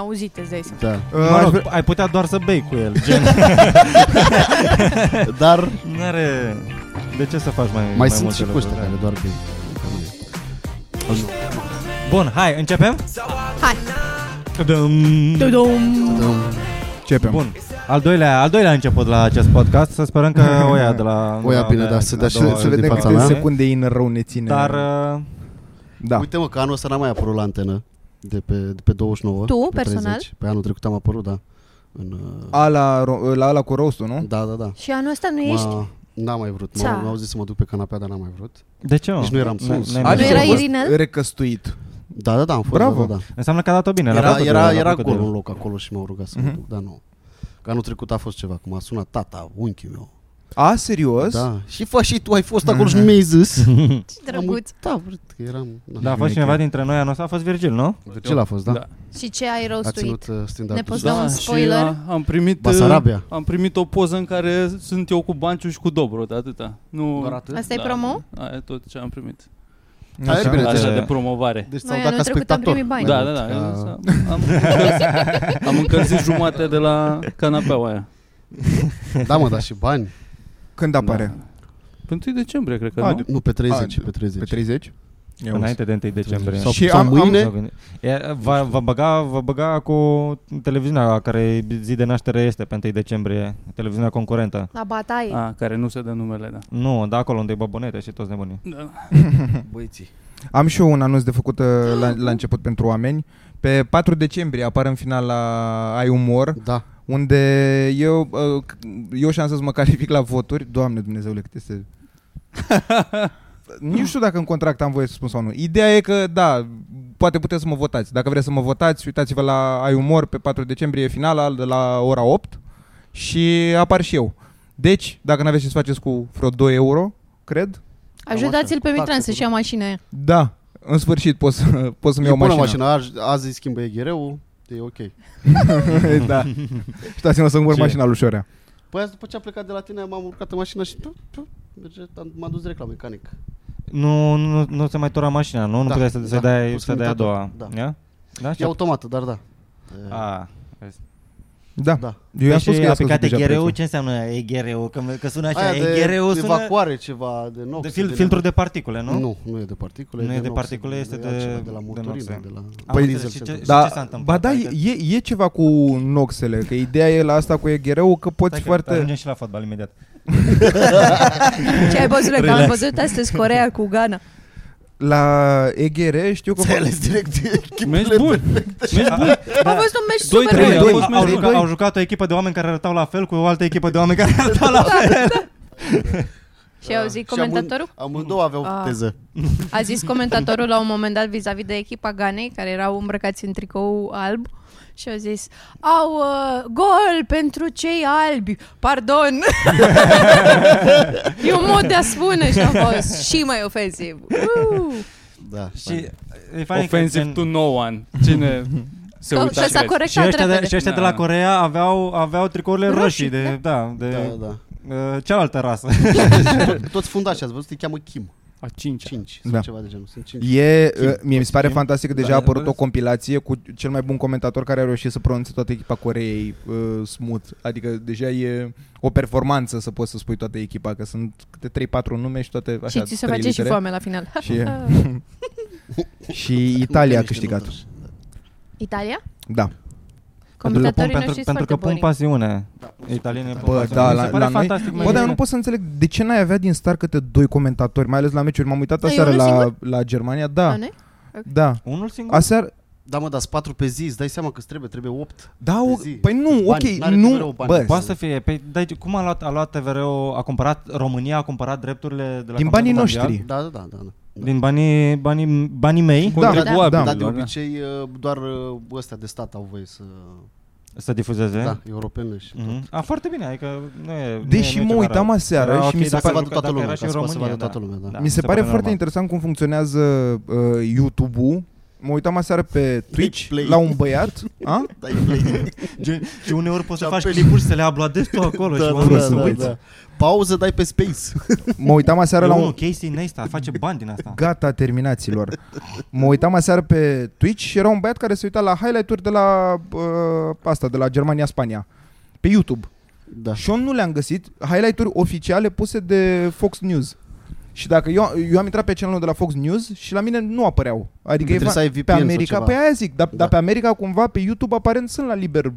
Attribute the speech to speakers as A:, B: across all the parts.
A: auzite, îți dai seama.
B: Da.
C: Mă rog, ai putea doar să bei cu el, gen.
B: Dar
C: N-are... De ce să faci mai
B: mai sunt
C: multe
B: și cu ăștia
C: lucruri?
B: care doar pe...
C: Bun, hai, începem?
A: Hai.
C: Dum.
A: Tudum.
D: Începem.
C: Bun. Al doilea, al doilea început la acest podcast, să sperăm că o ia de la...
B: O ia
C: la-
B: bine,
C: la-
B: da, să
C: la
B: dea
C: a
B: și-
C: doua
B: să
D: Să
C: zi
B: vedem
D: vedem
C: din
B: fața
D: câte
C: față.
B: mea.
D: secunde in rău ne ține.
C: Dar uh,
D: da.
B: Uite mă că anul ăsta n-am mai apărut la antenă de pe, de pe 29.
A: Tu,
B: pe
A: personal?
B: 30. Pe anul trecut am apărut, da. În, uh,
D: ala, ro- la ala cu rostul, Ah, nu?
B: da, da, da.
A: Și anul ăsta nu ești?
B: M-a- N-am mai vrut.
A: Ța.
B: M-au m-au zis să mă duc pe canapea, dar n-am mai vrut.
C: de ce? mă?
B: Nici nu eram
C: Ne-
B: sus.
C: ne-
A: Adică-
C: ne-
A: era
D: Deci a fost
A: Irinel?
D: recăstuit.
B: Da, da, da, am fost.
D: Bravo.
B: Da, da, da.
C: Înseamnă că a dat-o bine.
B: Era, era, era gol un
C: acolo.
B: loc acolo și m-au rugat să mă duc, dar nu. Că anul trecut a fost ceva, cum a sunat tata, unchiul meu.
D: A, serios?
B: Da. Și fă și tu, ai fost acolo și nu mi-ai zis.
A: Ce
B: Am
A: drăguț.
B: uit- Da, vrut că eram... Da.
C: Da, a fost cineva dintre noi anul ăsta, a fost Virgil, nu?
B: Ce a fost, da?
E: Da.
A: Și ce ai
B: A
A: rostuit?
B: ținut uh, stand-up.
A: Ne poți
B: Da.
A: da un spoiler?
E: Și a, am primit uh,
B: Basarabia.
E: Am primit o poză în care sunt eu cu Banciu și cu Dobrot, atâta. Nu
B: Doar atât?
C: Da.
A: Asta e promo?
E: Aia e tot ce am primit.
B: Hai,
D: Așa.
B: bine,
E: Așa,
C: ce-
E: de promovare.
B: Deci
A: Noi
B: s-au dat
A: anul
B: ca
A: trecut am
B: spectator.
A: primit bani.
B: mai
E: Da, da,
B: mult
E: da.
B: ca-
E: Am, am, am încălzit jumatea de la canapeaua aia.
B: Da, mă, dar și bani.
D: Când apare?
E: Pe 1 decembrie, cred că,
D: A,
E: nu?
B: Nu, pe 30,
D: Ah,
B: pe 30.
D: Pe 30? Eu
C: Înainte de 1 decembrie.
B: Sau,
D: Și
B: sau
D: am- am-
B: mâine,
C: S-au gândit. E, Va, va, băga, va băga cu televiziunea la care zi de naștere este pe 1 decembrie, televiziunea concurentă.
A: La bataie.
E: A, care nu se dă numele, da.
C: Nu, da, acolo unde e băbonete și toți nebunii.
E: da.
B: băieții.
D: Am și eu un anunț de făcut uh, la, la început pentru oameni. Pe 4 decembrie apare în final la Ai Umor,
B: Da,
D: unde eu, uh, c- eu și-am să mă calific la voturi. Doamne Dumnezeule, cât este... nu știu dacă în contract am voie să spun sau nu. Ideea e că, da, poate puteți să mă votați. Dacă vreți să mă votați, uitați-vă la Ai Umor pe 4 decembrie e finala de la ora 8 și apar și eu. Deci, dacă n-aveți ce să faceți cu vreo 2 euro, cred,
A: Ajutați-l pe
B: Taxe,
A: Mitran să-și ia mașina aia.
D: da, în sfârșit pot, să- pot să-mi
B: e
D: iau
B: bună
D: mașina.
B: mașina. Azi, azi îi schimbă eghereu, e ok.
D: da. Și dați-mă să îmi
C: Ce?
D: mașina lui Șorea.
B: Păi azi după ce a plecat de la tine, m-am urcat în mașină și... tu, tu, merge- am- M-am dus direct la mecanic.
C: Nu, nu, nu se mai tura mașina, nu? nu
B: Da,
C: puteai să, să
B: da,
C: dai,
B: poți
C: să
B: să
C: dai a
B: mută tot.
C: doua.
B: Da.
C: Ia? Da?
B: E
C: Și
B: automată, dar da. E,
C: a,
D: Da.
B: Da.
D: Eu i-am
C: Păi și
D: spus că
C: a
D: i-a
C: picat
D: scăzut deja
C: eghereu,
D: prețul.
C: ce înseamnă eghereu? Că, că sună așa,
B: Aia de
C: eghereu sună...
B: evacuare ceva de nox.
C: De fil, filtru de particule, nu?
B: nu? Nu, nu e de particule.
C: Nu e de
B: nox,
C: particule, este de-
B: altceva de
C: de
B: la
C: noxe.
B: motorină, de la...
C: Am
B: Păi,
C: înțeles,
B: diesel
C: și
B: cel
C: ce-
B: puțin.
C: și
D: Da,
C: Deci, ce s-a
D: ba
C: întâmplat?
D: da,
C: Adică-
D: e, e ceva cu noxele, că ideea e la asta cu eghereu că poți
C: Stai că
D: foarte...
C: Ajungem și la fotbal imediat.
A: Ce ai văzut? Că am văzut astăzi Corea cu Ghana.
D: La EGR știu că...
B: Ți-ai ales direct echipele
E: Mergi bun. Mergi bun.
B: Da.
A: A fost un meci
E: Doi,
A: super
E: trei,
A: bun.
D: doi.
C: Au- au,
D: Mergi,
C: jucat,
D: doi.
C: au jucat o echipă de oameni care arătau la fel cu o altă echipă de oameni care arătau la
A: Și au zis
B: Și amân-
A: comentatorul?
B: Amândouă aveau
A: Ah.
B: teză.
A: A zis comentatorul la un moment dat vis-a-vis de echipa Ganei, care erau îmbrăcați în tricou alb. Și au zis, au uh, gol pentru cei albi, pardon. e un mod de a spune și a fost și mai ofensiv. Uh.
B: Da.
C: Și e fain
E: Offensive
C: că,
E: to no one. Cine se
A: Că-
E: uită
A: că s-a
E: și vezi?
A: corectat
C: și ăștia, de,
A: repede.
C: și ăștia de la
E: Da.
C: Corea aveau, aveau tricourile roșii,
A: Roșii,
C: de, da, de
B: Da, da.
C: Uh, cealaltă rasă.
B: Tot- Toți fundașii, ați văzut, îi cheamă Kim.
E: A cincea.
B: 5
D: Da.
B: sau ceva de genul. Sunt 5.
D: E, uh, mie mi se pare
C: Știm?
D: fantastic că deja
E: Da,
D: a apărut o
E: vezi?
D: compilație cu cel mai bun comentator care a reușit să pronunțe toată echipa Coreei uh, smooth. Adică deja e o performanță să poți să spui toată echipa, că sunt câte 3-4 nume și toate așa
A: și ți se
D: trei
A: face și
D: litere.
A: foame la final.
D: Și, și Italia a câștigat.
A: Italia?
D: Da.
A: Comentatorii
C: pentru,
A: noștri sunt
C: pentru că
A: foarte
C: pun
A: buni.
C: pasiune.
D: Da,
C: Italienii pun
D: Bă,
C: pasiune.
D: da,
C: Mi se
D: la,
C: pare
D: la noi...
C: fantastic mai
D: Bă, dar
C: bine.
D: eu nu pot să înțeleg de ce n-ai avea din start câte doi comentatori, mai ales la meciuri. M-am uitat
A: Da, e
D: aseară
A: unul
D: la,
A: singur?
D: la Germania. Da,
A: Nu, nu?
D: da.
C: Unul singur?
D: Aseară...
B: Da, mă, dar 4 pe zi, îți dai seama că îți trebuie, trebuie 8.
D: Da,
B: Pe
D: o...
B: zi.
D: păi nu,
B: Bani,
D: ok,
B: n-are
D: nu,
B: TVR-ul bani.
D: bă,
C: Poate să fie. Păi, dai, cum a luat, a luat TVR-ul, a cumpărat, România a cumpărat drepturile de la
D: Din
C: Campionatul
D: banii
C: Mondial?
D: noștri.
B: Da, da, da, da. da.
C: Din banii, banii, banii mei?
D: Da,
E: Contribuabililor,
D: da,
B: Dar de obicei uh, doar uh, ăstea de stat au voie să...
C: Să difuzeze?
B: Da, europene și tot.
C: Mhm. A, foarte bine, adică nu e,
D: Deși
C: nu e,
D: mă
C: nu e ceva
D: uitam
C: rău.
D: aseară
C: Era
D: și
C: ok
D: mi se
C: dacă
B: pare-
C: se
B: vadă toată
C: dacă
B: lumea,
C: era și
B: ca
C: în
B: să poată să
C: România,
B: vadă
C: da.
B: toată lumea, da.
C: Da,
D: Mi se pare foarte
C: normal.
D: interesant cum funcționează uh, YouTube-ul, mă uitam aseară pe Twitch
B: play.
D: la un băiat, a?
B: Dai play.
C: Gen, și uneori poți să
B: Și
C: faci
B: apeși.
C: clipuri și să le abladezi tu acolo
B: da,
C: și oamenii să uiți.
B: Pauză, dai pe space.
D: mă uitam aseară
C: E
D: la
C: unul,
D: un...
C: Casey Neistat, face bani din asta.
D: Gata, terminaților. Mă uitam aseară pe Twitch și era un băiat care se uita la highlight-uri de la uh, asta, de la Germania-Spania, pe YouTube.
B: Da.
D: Și eu nu le-am găsit highlight-uri oficiale puse de Fox News. Și dacă eu, eu am intrat pe canalul de la Fox News și la mine nu apăreau. Adică
B: Trebuie
D: e
B: să ai
D: pe
B: VPN sau
D: America,
B: ceva.
D: pe aia zic, dar, da. dar
B: Da.
D: pe America cumva pe YouTube aparent sunt la liber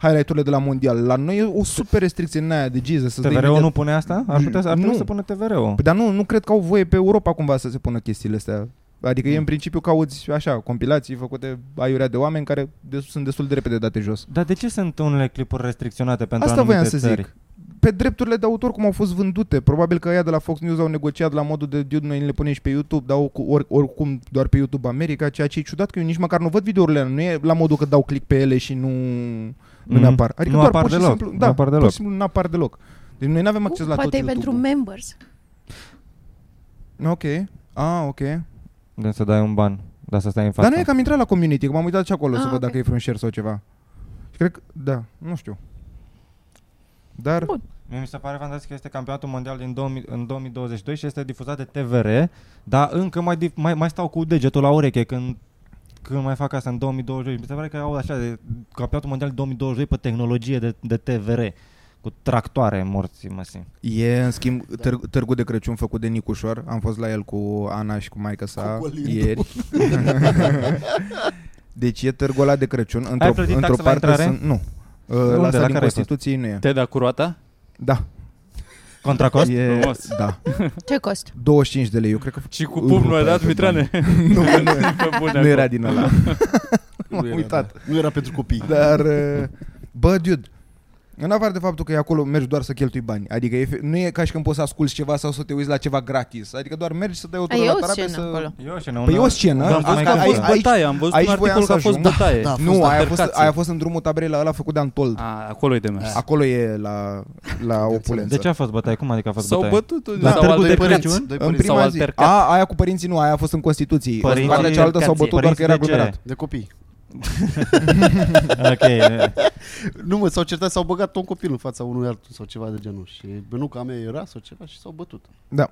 D: highlight-urile de la mondial. La noi e o super restricție în aia de Jesus. să-ți dai
C: TVR-ul
D: imediat-
C: nu pune asta? Ar putea să, ar trebui
D: Nu.
C: să pună TVR-ul.
D: Păi, dar nu, nu cred că au voie pe Europa cumva să se pună chestiile astea. Adică mm. e în principiu că auzi așa, compilații făcute aiurea de oameni care de, sunt destul de repede date jos.
C: Dar de ce sunt unele clipuri restricționate pentru
D: Asta voiam
C: anumite
D: să
C: țări?
D: zic. Pe drepturile de autor cum au fost vândute. Probabil că ea de la Fox News au negociat la modul de dude, noi le punem și pe YouTube, dar ocu- or, oricum doar pe YouTube America, ceea ce e ciudat că eu nici măcar nu văd videourile alea. Nu e la modul că dau click pe ele și nu, mm-hmm. nu
C: Mhm.
D: ne apar. Adică
C: Nu
D: doar
C: apar
D: pur și
C: deloc.
D: simplu,
C: Nu
D: da,
C: apar
D: Pur
C: deloc.
D: și simplu nu apar deloc. Deci noi nu avem acces la tot
A: Poate e
D: YouTube.
A: pentru members.
D: Ok. Ah, ok.
C: De să dai un ban, dar să stai în față.
D: Dar nu e că am intrat la community, că m-am uitat și acolo
A: Ah,
D: să văd
A: ok.
D: dacă e vreun share sau ceva. Și cred că, da, nu știu. Dar,
A: Bun.
C: Mie mi se pare fantastic că este campionatul mondial din 2000, în 2022 și este difuzat de TVR, dar încă mai, dif- mai, mai stau cu degetul la ureche când când mai fac asta în 2022. Mi se pare că au așa de campionatul mondial 2022 pe tehnologie de, de TVR cu tractoare morții măsii.
D: e, în schimb, târ- târgul de Crăciun făcut de Nicușor. Am fost la el cu Ana și cu maica sa
B: Cu Colindu.
D: ieri. deci e târgul ăla de Crăciun. Într-o,
C: plătit
D: într-o
C: taxă la
D: parte
C: intrare?
D: sunt... Nu. Uh,
C: unde?
D: la asta
C: La
D: din
C: care ai fost?
D: Constituției nu e.
E: Te-ai dat cu roata?
D: Da.
C: Contra cost?
D: E,
E: Frumos.
D: da.
A: Ce cost?
D: 25 de lei. Eu cred că
E: Și cu
D: Îl
E: pumnul
D: rupe
E: ai dat,
D: pe
E: Mitrane?
D: nu, nu,
E: Pe bune
D: nu era
E: acum.
D: din ăla. M-am
B: era,
D: uitat.
B: da. Nu era pentru copii.
D: Dar, uh, bă, dude, în afară de faptul că e acolo mergi doar să cheltui bani. Adică e, fe- nu e ca și când poți să asculti ceva sau să te uiți la ceva gratis. Adică doar mergi să dai o
A: A,
D: tură
A: e
D: la
A: o
D: tarabe
A: scenă
D: să...
A: acolo.
C: E o scenă.
D: Păi e
C: una-
D: o scenă.
C: Am văzut
E: Am
D: Asta-
E: văzut că a
D: aici-
E: fost bătaie, am văzut
D: aici
E: un
D: voiam
E: articol
D: să
E: că a fost
D: ajung.
E: bătaie.
B: Da, a fost
D: nu, aia a fost,
E: altercație.
D: aia a fost în drumul taberei la ăla făcut de Antold.
E: A, acolo e de mers.
D: Acolo e la, la opulență.
C: De ce a fost bătaie? Cum adică a fost
E: S-au
C: bătaie?
E: bătut
C: La
E: sau
C: târgul de
E: alte
C: părinți.
E: părinți.
B: Doi
D: Da, În
B: părinți.
D: prima
E: prim- s-au
D: zi.
E: altercat.
D: A, aia cu părinții nu, aia a fost în Constituție.
C: Părinții-
D: Partea cealaltă s-au bătut doar că era
C: Părinții de ce?
D: aglomerat.
B: De copii.
C: ok. e-
B: Nu mă, s-au certat, s-au băgat un copil în fața unui altul sau ceva de genul. Și bănuca mea era sau ceva și s-au bătut.
D: Da.